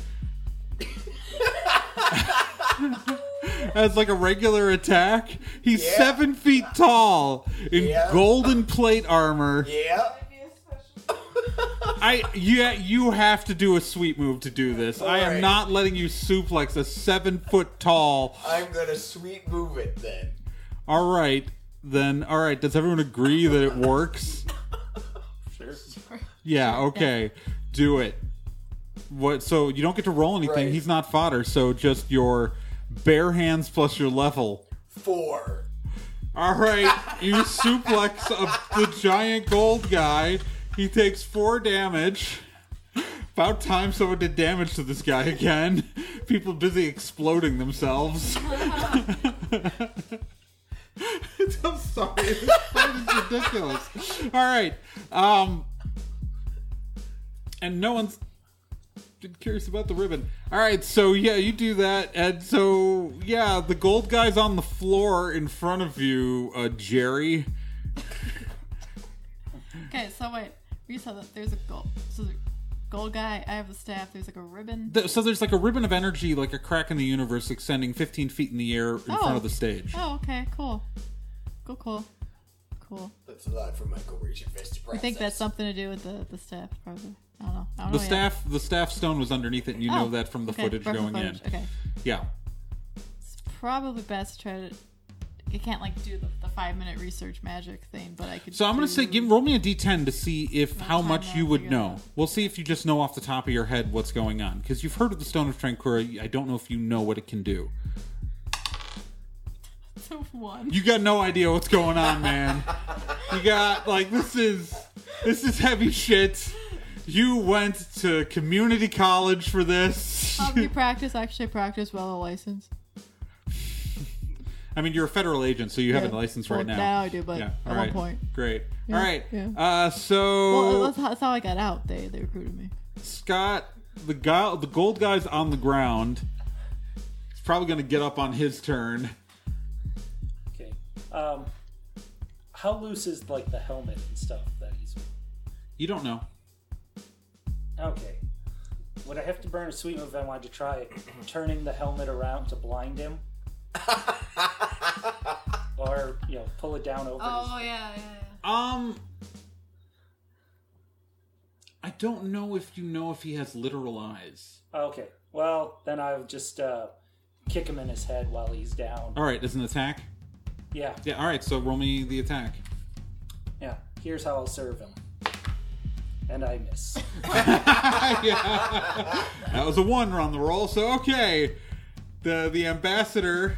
Speaker 3: As like a regular attack. He's
Speaker 9: Yeah.
Speaker 3: seven feet tall in
Speaker 9: Yeah.
Speaker 3: golden plate armor.
Speaker 9: Yeah.
Speaker 3: I yeah. You have to do a sweet move to do this. I am
Speaker 9: right.
Speaker 3: not letting you suplex a seven foot tall.
Speaker 9: I'm gonna sweet move it then.
Speaker 3: All right. Then all right. Does everyone agree that it works?
Speaker 4: Sure.
Speaker 3: Yeah, okay. Do it. What so you don't get to roll anything.
Speaker 9: Right.
Speaker 3: He's not fodder, so just your bare hands plus your level.
Speaker 9: Four.
Speaker 3: All right, you suplex a, the giant gold guy. He takes 4 damage. About time someone did damage to this guy again. People busy exploding themselves. I'm sorry. This is ridiculous. All right. Um, and no one's been curious about the ribbon. All right, so yeah, you do that, and so yeah, the gold guy's on the floor in front of you, uh, Jerry.
Speaker 6: Okay, so wait. We saw that there's a gold. So the gold guy. I have the staff. There's like a ribbon.
Speaker 3: Th- So there's like a ribbon of energy, like a crack in the universe, extending 15 feet in the air in
Speaker 6: Oh.
Speaker 3: front of the stage.
Speaker 6: Oh, okay, cool. Cool, cool. Cool.
Speaker 9: That's a lot for Michael Razor Fist to
Speaker 6: I
Speaker 9: process.
Speaker 6: think that's something to do with the, the staff, probably. I don't know. I don't
Speaker 3: The
Speaker 6: know yet.
Speaker 3: staff, the staff stone was underneath it, and you know
Speaker 6: Oh,
Speaker 3: that from the
Speaker 6: okay,
Speaker 3: footage
Speaker 6: from the
Speaker 3: going
Speaker 6: footage,
Speaker 3: in.
Speaker 6: Okay.
Speaker 3: Yeah,
Speaker 6: Probably best to try to. I can't like do the, the five minute research magic thing, but I could.
Speaker 3: so I'm gonna
Speaker 6: do-
Speaker 3: say, give roll me a d10 to see if how
Speaker 6: time
Speaker 3: much
Speaker 6: now
Speaker 3: you
Speaker 6: to
Speaker 3: would
Speaker 6: go.
Speaker 3: know. We'll see if you just know off the top of your head what's going on, because you've heard of the Stone of Trankura. I don't know if you know what it can do.
Speaker 6: So one.
Speaker 3: You got no idea what's going on, man. You got like this is this is heavy shit. You went to community college for this.
Speaker 6: How do Um, you practice? Actually, practice well a license.
Speaker 3: I mean, you're a federal agent, so you have a
Speaker 6: Yeah.
Speaker 3: license
Speaker 6: Well,
Speaker 3: right now.
Speaker 6: now I do, but at
Speaker 3: all
Speaker 6: one
Speaker 3: right.
Speaker 6: point.
Speaker 3: Great. all right.
Speaker 6: yeah.
Speaker 3: Uh, so
Speaker 6: Well, that's how, that's how I got out. They they recruited me.
Speaker 3: Scott, the guy, the gold guy's on the ground. He's probably gonna get up on his turn.
Speaker 4: Okay. Um, how loose is like the helmet and stuff that he's?
Speaker 3: You don't know.
Speaker 4: Okay. Would I have to burn a sweet move if I wanted to try turning the helmet around to blind him? or, you know, pull it down over
Speaker 6: Oh,
Speaker 4: his...
Speaker 6: yeah, yeah.
Speaker 3: Um, I don't know if you know if he has literal eyes.
Speaker 4: Okay. Well, then I'll just uh, kick him in his head while he's down.
Speaker 3: All right, as an attack.
Speaker 4: Yeah,
Speaker 3: Yeah. All right. So roll me the attack.
Speaker 4: yeah. Here's how I'll serve him. and I miss.
Speaker 3: Yeah. That was a one on the roll. So okay, the the ambassador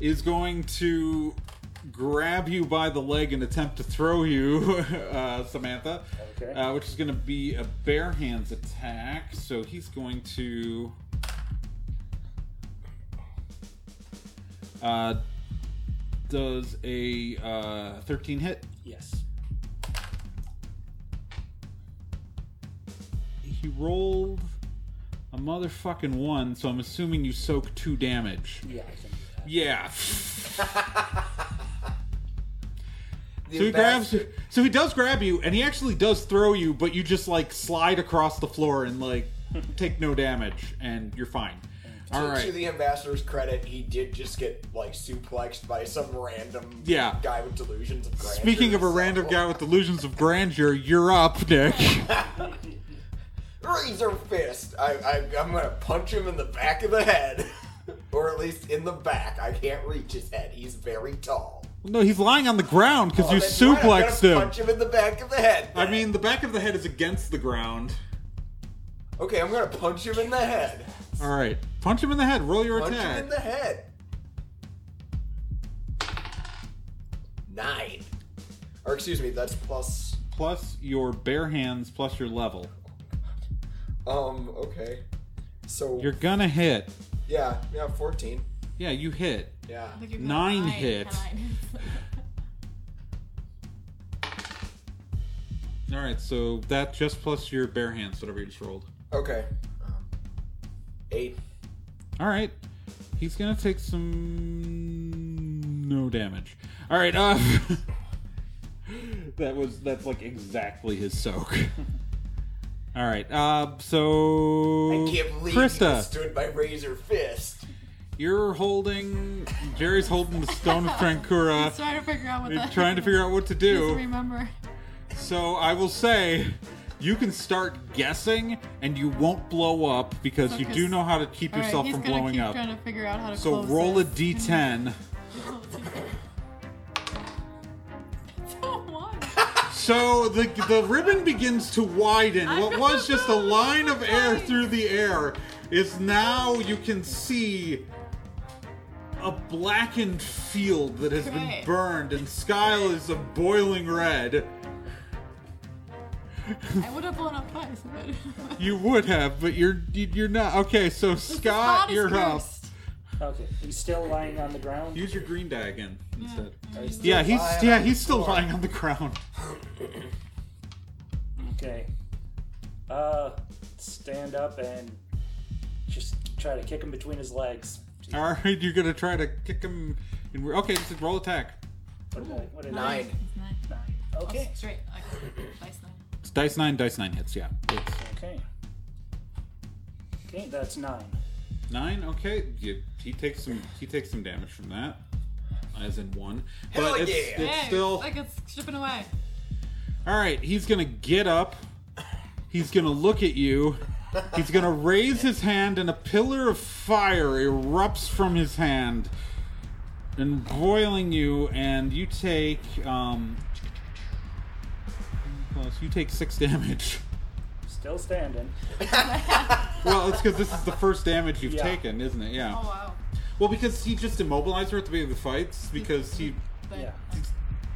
Speaker 3: is going to grab you by the leg and attempt to throw you, uh, Samantha.
Speaker 4: Okay.
Speaker 3: Uh, which is going to be a bare hands attack. So he's going to. Uh, does a uh, 13 hit?
Speaker 4: yes.
Speaker 3: He rolled a motherfucking one, so I'm assuming you soak two damage.
Speaker 4: Yeah, I can do that.
Speaker 3: Yeah.
Speaker 9: The
Speaker 3: So he grabs.
Speaker 9: ambassador-
Speaker 3: So he does grab you, and he actually does throw you, but you just like slide across the floor and like take no damage, and you're fine. All
Speaker 9: To- To
Speaker 3: right.
Speaker 9: the ambassador's credit, he did just get like suplexed by some random
Speaker 3: Yeah.
Speaker 9: guy with delusions of grandeur.
Speaker 3: Speaking of a
Speaker 9: so-
Speaker 3: random guy with delusions of grandeur, you're up, Nick.
Speaker 9: razor fist, I, I I'm gonna punch him in the back of the head, or at least in the back. I can't reach his head. He's very tall.
Speaker 3: no, he's lying on the ground because you
Speaker 9: Well, Oh, that's right, I'm
Speaker 3: suplexed him.
Speaker 9: gonna Punch him in the back of the head.
Speaker 3: I mean, the back of the head is against the ground.
Speaker 9: okay, I'm gonna punch him in the head.
Speaker 3: All right, punch him in the head. Roll your
Speaker 9: Punch
Speaker 3: attack.
Speaker 9: him in the head. Nine. Or excuse me, that's plus.
Speaker 3: Plus your bare hands, plus your level.
Speaker 9: Um. Okay. So
Speaker 3: You're gonna hit.
Speaker 9: yeah, yeah, fourteen.
Speaker 3: Yeah, you hit.
Speaker 9: Yeah.
Speaker 6: I think you've got
Speaker 3: Nine hits.
Speaker 6: nine.
Speaker 3: All right, so that just plus your bare hands, whatever you just rolled.
Speaker 9: Okay. Um, eight.
Speaker 3: All right, he's gonna take some no damage. All right, uh, that was that's like exactly his soak. All right, uh, so
Speaker 9: I can't believe you
Speaker 3: Krista,
Speaker 9: stood my razor fist.
Speaker 3: you're holding. Jerry's holding the stone of
Speaker 6: I'm
Speaker 3: Trankura,
Speaker 6: trying to figure out what
Speaker 3: and
Speaker 6: that.
Speaker 3: trying to figure out what to
Speaker 6: He doesn't
Speaker 3: do.
Speaker 6: remember.
Speaker 3: So I will say, you can start guessing, and you won't blow up because you
Speaker 6: Focus.
Speaker 3: do know how to keep
Speaker 6: All right,
Speaker 3: yourself
Speaker 6: he's
Speaker 3: from
Speaker 6: gonna
Speaker 3: blowing
Speaker 6: keep
Speaker 3: up.
Speaker 6: trying to figure out how to
Speaker 3: So
Speaker 6: close
Speaker 3: roll a
Speaker 6: this. Mm-hmm.
Speaker 3: d10.
Speaker 6: Don't want it.
Speaker 3: So the the ribbon begins to widen.
Speaker 6: I
Speaker 3: What was just a
Speaker 6: remember
Speaker 3: line of air
Speaker 6: right.
Speaker 3: through the air is now you can see a blackened field that has been
Speaker 2: Right.
Speaker 3: burned and sky is a boiling red.
Speaker 6: I would have blown up twice. But
Speaker 3: You would have, but you're you're not. Okay, so Scott, you're up.
Speaker 4: Okay, he's still lying on the ground.
Speaker 3: Use your green die again instead.
Speaker 4: He's still-
Speaker 3: Yeah, he's
Speaker 9: lying
Speaker 3: yeah
Speaker 9: on the
Speaker 3: he's still
Speaker 9: floor.
Speaker 3: lying on the ground.
Speaker 4: Okay. Uh, stand up and just try to kick him between his legs.
Speaker 3: All right, you're gonna try to kick him. In, okay, just roll attack.
Speaker 4: What did I- what did I-
Speaker 9: Nine.
Speaker 6: Nine.
Speaker 4: Okay.
Speaker 6: Straight. Like, dice nine.
Speaker 3: It's dice nine, dice nine hits. Yeah, it's
Speaker 4: Okay. Okay, that's nine.
Speaker 3: Nine. Okay, you, he takes some. He takes some damage from that, as in one.
Speaker 9: Hell
Speaker 3: but it's,
Speaker 9: yeah.
Speaker 3: it's
Speaker 6: Hey,
Speaker 3: still
Speaker 6: like it's shipping away.
Speaker 3: all right. He's gonna get up. He's gonna look at you. He's gonna raise his hand, and a pillar of fire erupts from his hand, and boiling you. And you take um. Plus, you take six damage.
Speaker 4: Still standing.
Speaker 3: Well, it's because this is the first damage you've
Speaker 4: Yeah.
Speaker 3: taken, isn't it? Yeah.
Speaker 6: Oh wow.
Speaker 3: Well, because he just immobilized her at the beginning of the fights because he
Speaker 6: But
Speaker 4: Yeah.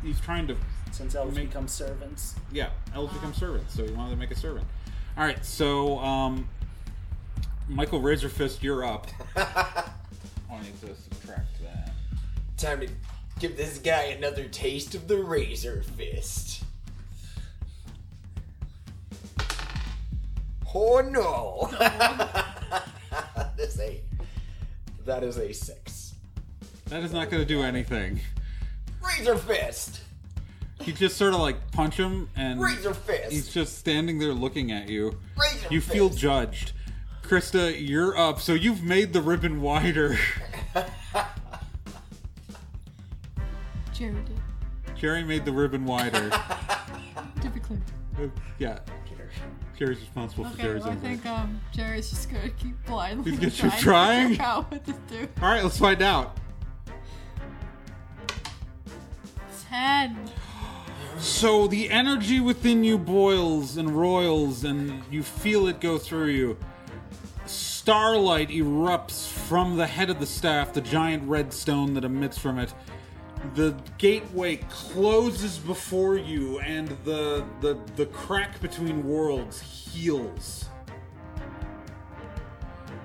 Speaker 3: he's trying to
Speaker 4: Since elves
Speaker 3: Make-
Speaker 4: become servants.
Speaker 3: yeah elves become servants so he wanted to make a servant all right so um michael razorfist you're up i need to subtract that
Speaker 9: Time to give this guy another taste of the razor fist. Oh no! this eight. That is a six.
Speaker 3: that is not going to do anything
Speaker 9: Razor fist.
Speaker 3: he just sort of like punch him and
Speaker 9: Razor
Speaker 3: he's
Speaker 9: fist.
Speaker 3: just standing there looking at you
Speaker 9: Razor
Speaker 3: you
Speaker 9: fist.
Speaker 3: feel judged krista you're up so you've made the ribbon wider
Speaker 6: Jerry did.
Speaker 3: jerry made the ribbon wider
Speaker 6: Typically.
Speaker 3: yeah jerry's responsible for
Speaker 6: Okay,
Speaker 3: jerry's
Speaker 6: well, I
Speaker 3: injury.
Speaker 6: think um, Jerry's just gonna keep blindly
Speaker 3: He's gonna keep
Speaker 6: trying
Speaker 3: trying?
Speaker 6: to figure out what to do.
Speaker 3: all right let's find out
Speaker 6: Ten.
Speaker 3: So the energy within you boils and roils, and you feel it go through you. Starlight erupts from the head of the staff, the giant red stone that emits from it. The gateway closes before you, and the the, the crack between worlds heals.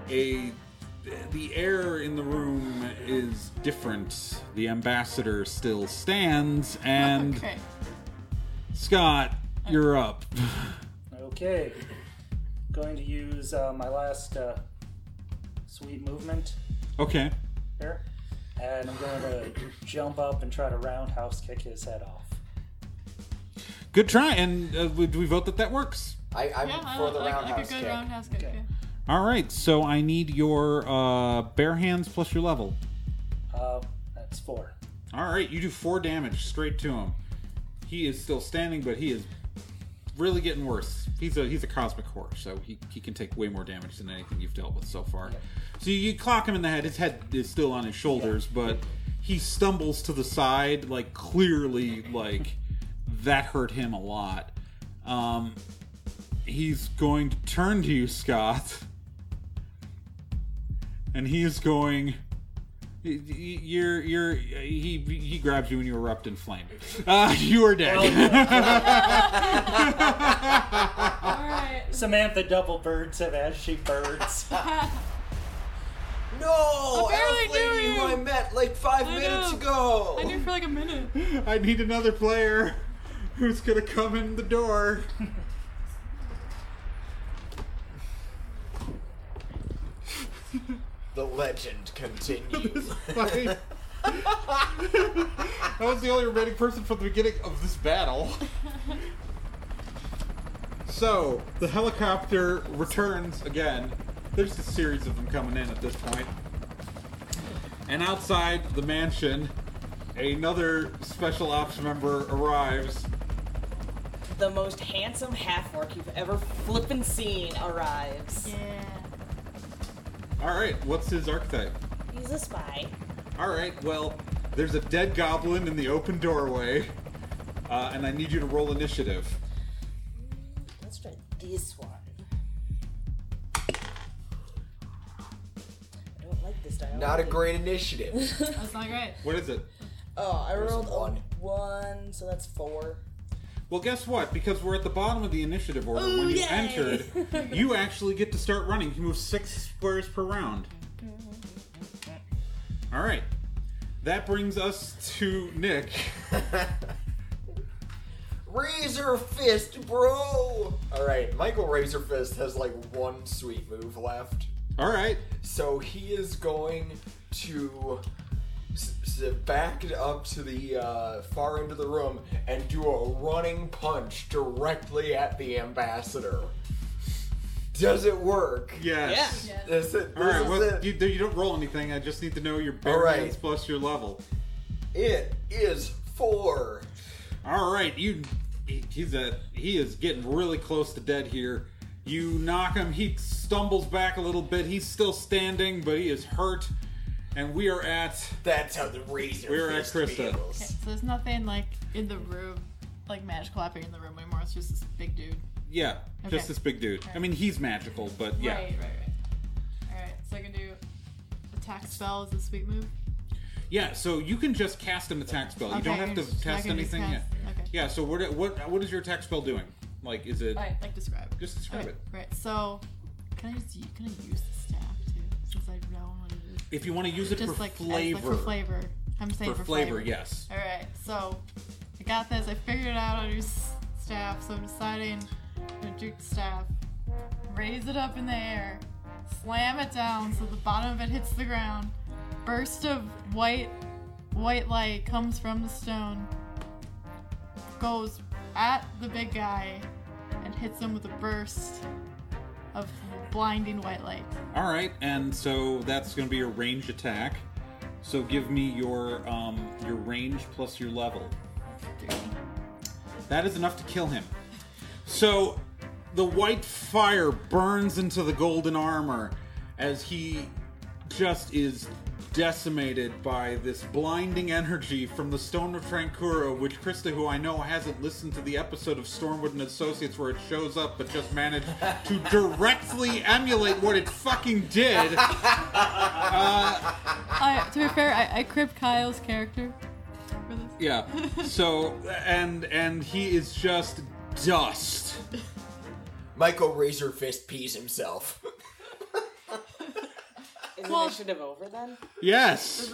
Speaker 3: A the air in the room is different. The ambassador still stands, and
Speaker 6: Okay.
Speaker 3: Scott, you're up.
Speaker 4: Okay. Going to use uh, my last uh, sweet movement
Speaker 3: Okay.
Speaker 4: here. And I'm going to jump up and try to roundhouse kick his head off.
Speaker 3: Good try, and uh, we, do we vote that that works?
Speaker 9: I, I'm
Speaker 6: Yeah, I
Speaker 9: for
Speaker 6: like,
Speaker 9: the
Speaker 6: like,
Speaker 9: roundhouse
Speaker 6: a good
Speaker 9: kick.
Speaker 6: roundhouse kick.
Speaker 4: Okay.
Speaker 6: yeah.
Speaker 3: All right, so I need your uh, bare hands plus your level.
Speaker 4: Uh, that's four.
Speaker 3: All right, you do four damage straight to him. He is still standing, but he is really getting worse. He's a he's a cosmic horror, so he, he can take way more damage than anything you've dealt with so far. So you, you clock him in the head. His head is still on his shoulders, but he stumbles to the side, like clearly like that hurt him a lot. Um, he's going to turn to you, Scott, and he is going. Y- y- You're you're he he grabs you and you erupt in flame. Uh, you are dead.
Speaker 6: All right.
Speaker 4: Samantha double birds him as she birds.
Speaker 9: No,
Speaker 6: I barely
Speaker 9: elf lady
Speaker 6: knew
Speaker 9: who I
Speaker 6: you.
Speaker 9: met like five
Speaker 6: I
Speaker 9: minutes
Speaker 6: know.
Speaker 9: ago.
Speaker 6: I knew for like a minute.
Speaker 3: I need another player who's gonna come in the door.
Speaker 9: The legend continues.
Speaker 3: Like- I was the only remaining person from the beginning of this battle. So the helicopter returns again. There's a series of them coming in at this point. And outside the mansion, another special ops member arrives.
Speaker 2: The most handsome half orc you've ever flippin' seen arrives.
Speaker 6: Yeah.
Speaker 3: All right, what's his archetype?
Speaker 2: He's a spy.
Speaker 3: All right, well, there's a dead goblin in the open doorway, uh, and I need you to roll initiative.
Speaker 2: Let's try this one. I don't like this dialogue.
Speaker 9: Not a great initiative.
Speaker 6: That's not great.
Speaker 3: What is it?
Speaker 2: Oh, I rolled a
Speaker 9: one.
Speaker 2: one. so that's four.
Speaker 3: Well, guess what? Because we're at the bottom of the initiative order when you
Speaker 2: yay!
Speaker 3: entered, you actually get to start running. You move six squares per round. All right. That brings us to Nick.
Speaker 9: Razor Fist, bro! Alright, Michael Razor Fist has like one sweet move left.
Speaker 3: All right.
Speaker 9: So he is going to s- s- back it up to the uh, far end of the room and do a running punch directly at the ambassador. Does it work?
Speaker 3: Yes.
Speaker 6: Yeah.
Speaker 9: This it. This
Speaker 3: All right.
Speaker 9: is
Speaker 3: Well,
Speaker 9: it.
Speaker 3: you, you don't roll anything. I just need to know your bare
Speaker 9: All right.
Speaker 3: hands plus your level.
Speaker 9: It is four.
Speaker 3: All right, you. he- He's a. He is getting really close to dead here. You knock him. He stumbles back a little bit. He's still standing, but he is hurt. And we are at.
Speaker 9: That's how the razor.
Speaker 3: We were at
Speaker 9: fist
Speaker 3: Krista.
Speaker 9: feels.
Speaker 6: Okay, so there's nothing like in the room, like magical happening in the room anymore. It's just this big dude.
Speaker 3: Yeah,
Speaker 6: Okay.
Speaker 3: just this big dude. I mean, he's magical, but yeah.
Speaker 6: Right, right, right. Alright, so I can do attack spell as a sweet move.
Speaker 3: Yeah, so you can just cast an attack spell. You don't
Speaker 6: Okay,
Speaker 3: have to
Speaker 6: so I
Speaker 3: test
Speaker 6: can just
Speaker 3: anything yet.
Speaker 6: cast- okay.
Speaker 3: Yeah, so what, what what is your attack spell doing? Like, is it.
Speaker 6: Alright, like describe.
Speaker 3: Just describe
Speaker 6: okay,
Speaker 3: it.
Speaker 6: Right, so can I just u- can I use the staff too? Since I know what it is.
Speaker 3: If you want to use it
Speaker 6: Just
Speaker 3: for,
Speaker 6: like, as-
Speaker 3: flavor,
Speaker 6: like for flavor. I'm saying
Speaker 3: For
Speaker 6: for,
Speaker 3: flavor, yes.
Speaker 6: Alright, so I got this. I figured it out on your s- staff, so I'm deciding I'm gonna juke the staff, raise it up in the air, slam it down so the bottom of it hits the ground. Burst of white, white light comes from the stone, goes at the big guy, and hits him with a burst of blinding white light.
Speaker 3: All right, and so that's going to be your range attack. So give me your um, your range plus your level. That is enough to kill him. So the white fire burns into the golden armor as he just is decimated by this blinding energy from the Stone of Trankura, which Krista, who I know hasn't listened to the episode of Stormwood and Associates where it shows up, but just managed to directly emulate what it fucking did.
Speaker 6: I, to be fair, I, I cribbed Kyle's character for this.
Speaker 3: Yeah. So and and he is just dust.
Speaker 9: Michael Razor Fist pees himself.
Speaker 2: Is
Speaker 6: Well-
Speaker 2: initiative over then?
Speaker 3: Yes.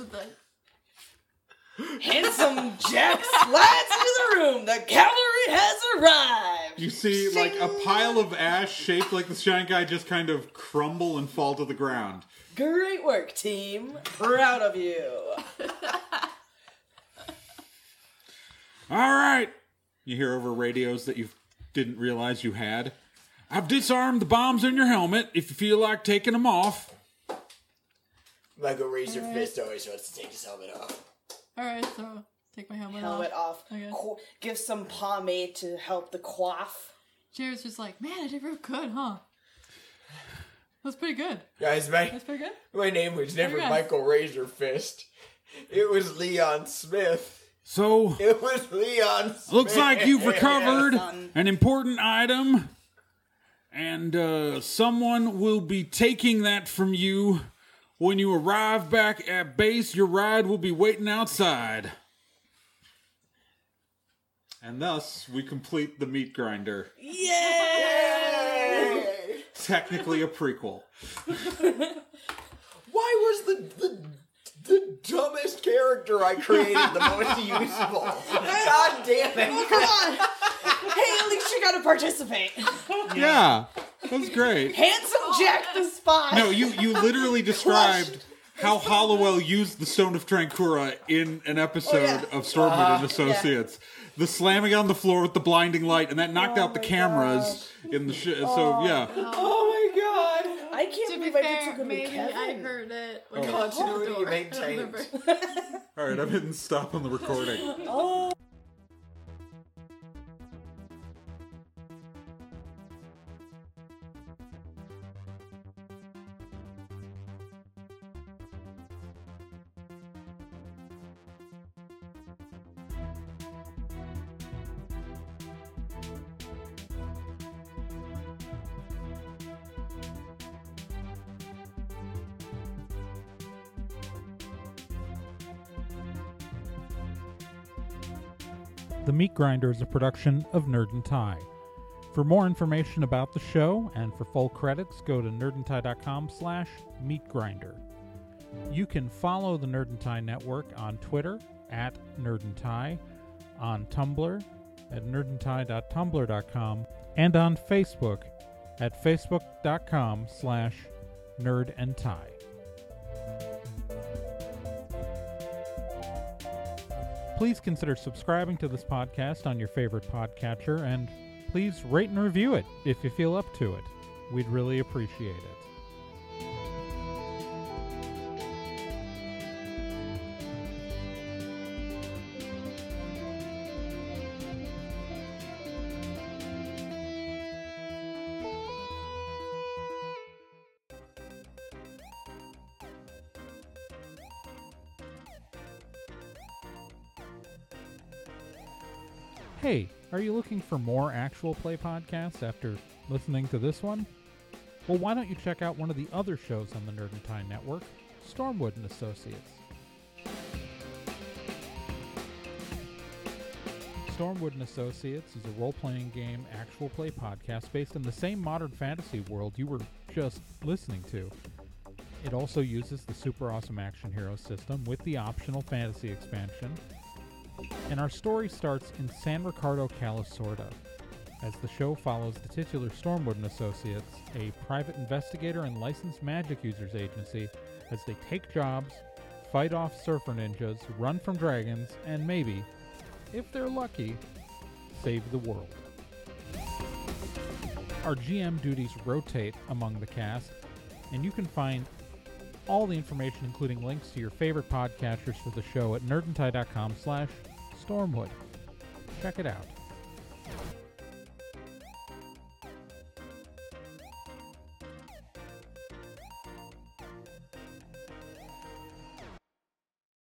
Speaker 2: Handsome Jack slides into the room. The cavalry has arrived.
Speaker 3: You see, like a pile of ash shaped like the giant guy just kind of crumble and fall to the ground.
Speaker 2: Great work, team. Proud of you.
Speaker 3: All right. You hear over radios that you didn't realize you had. I've disarmed the bombs in your helmet. If you feel like taking them off,
Speaker 9: Michael Razor Fist always wants to take his helmet off.
Speaker 6: Alright, so take my helmet,
Speaker 2: Helmet
Speaker 6: off.
Speaker 2: off.
Speaker 6: Okay.
Speaker 2: Qu- give some pomade to help the quaff.
Speaker 6: Jared's just like, man, I did real good, huh? That's pretty good.
Speaker 9: Guys, my,
Speaker 6: That's pretty good.
Speaker 9: my name was never
Speaker 6: Yes.
Speaker 9: Michael Razor Fist. It was Leon Smith.
Speaker 3: so
Speaker 9: It was Leon Smith.
Speaker 3: looks like you've recovered an important item, and uh, someone will be taking that from you when you arrive back at base. Your ride will be waiting outside. And thus, we complete the meat grinder.
Speaker 9: Yay!
Speaker 3: Technically a prequel.
Speaker 9: Why was the, the the dumbest character I created the most useful? God damn it!
Speaker 2: Come on. hey, at least you gotta participate.
Speaker 3: Yeah, that's great.
Speaker 2: Handsome Jack the Spy.
Speaker 3: No, you you literally described how Hollowell used the Stone of Trankura in an episode of Stormwood and Associates. The slamming on the floor with the blinding light, and that knocked out the cameras in the shit. So yeah,
Speaker 9: Oh my god!
Speaker 2: I can't
Speaker 6: To be
Speaker 2: believe I did so
Speaker 6: fair,
Speaker 2: good with
Speaker 6: maybe I
Speaker 2: Kevin.
Speaker 6: heard it. When I was
Speaker 9: Continuity
Speaker 6: door.
Speaker 9: maintained.
Speaker 3: all right, I'm hitting stop on the recording.
Speaker 1: The Meat Grinder is a production of Nerd and Tie. For more information about the show and for full credits, go to nerdandtie.com slash meatgrinder. You can follow the Nerd and Tie Network on Twitter at Nerd and Tie, on Tumblr at nerdandtie.tumblr.com, and on Facebook at facebook.com slash nerd and tie. Please consider subscribing to this podcast on your favorite podcatcher and please rate and review it if you feel up to it. We'd really appreciate it. Hey, are you looking for more actual play podcasts after listening to this one? Well, why don't you check out one of the other shows on the Nerd and Time Network, Stormwood and Associates. Stormwood and Associates is a role-playing game actual play podcast based in the same modern fantasy world you were just listening to. It also uses the super awesome action hero system with the optional fantasy expansion and our story starts in San Ricardo, Calisorda, as the show follows the titular Stormwood and Associates, a private investigator and licensed magic users agency, as they take jobs, fight off surfer ninjas, run from dragons, and maybe, if they're lucky, save the world. Our GM duties rotate among the cast, and you can find all the information, including links to your favorite podcasters for the show at nerdandtie.com slash stormwood. Check it out.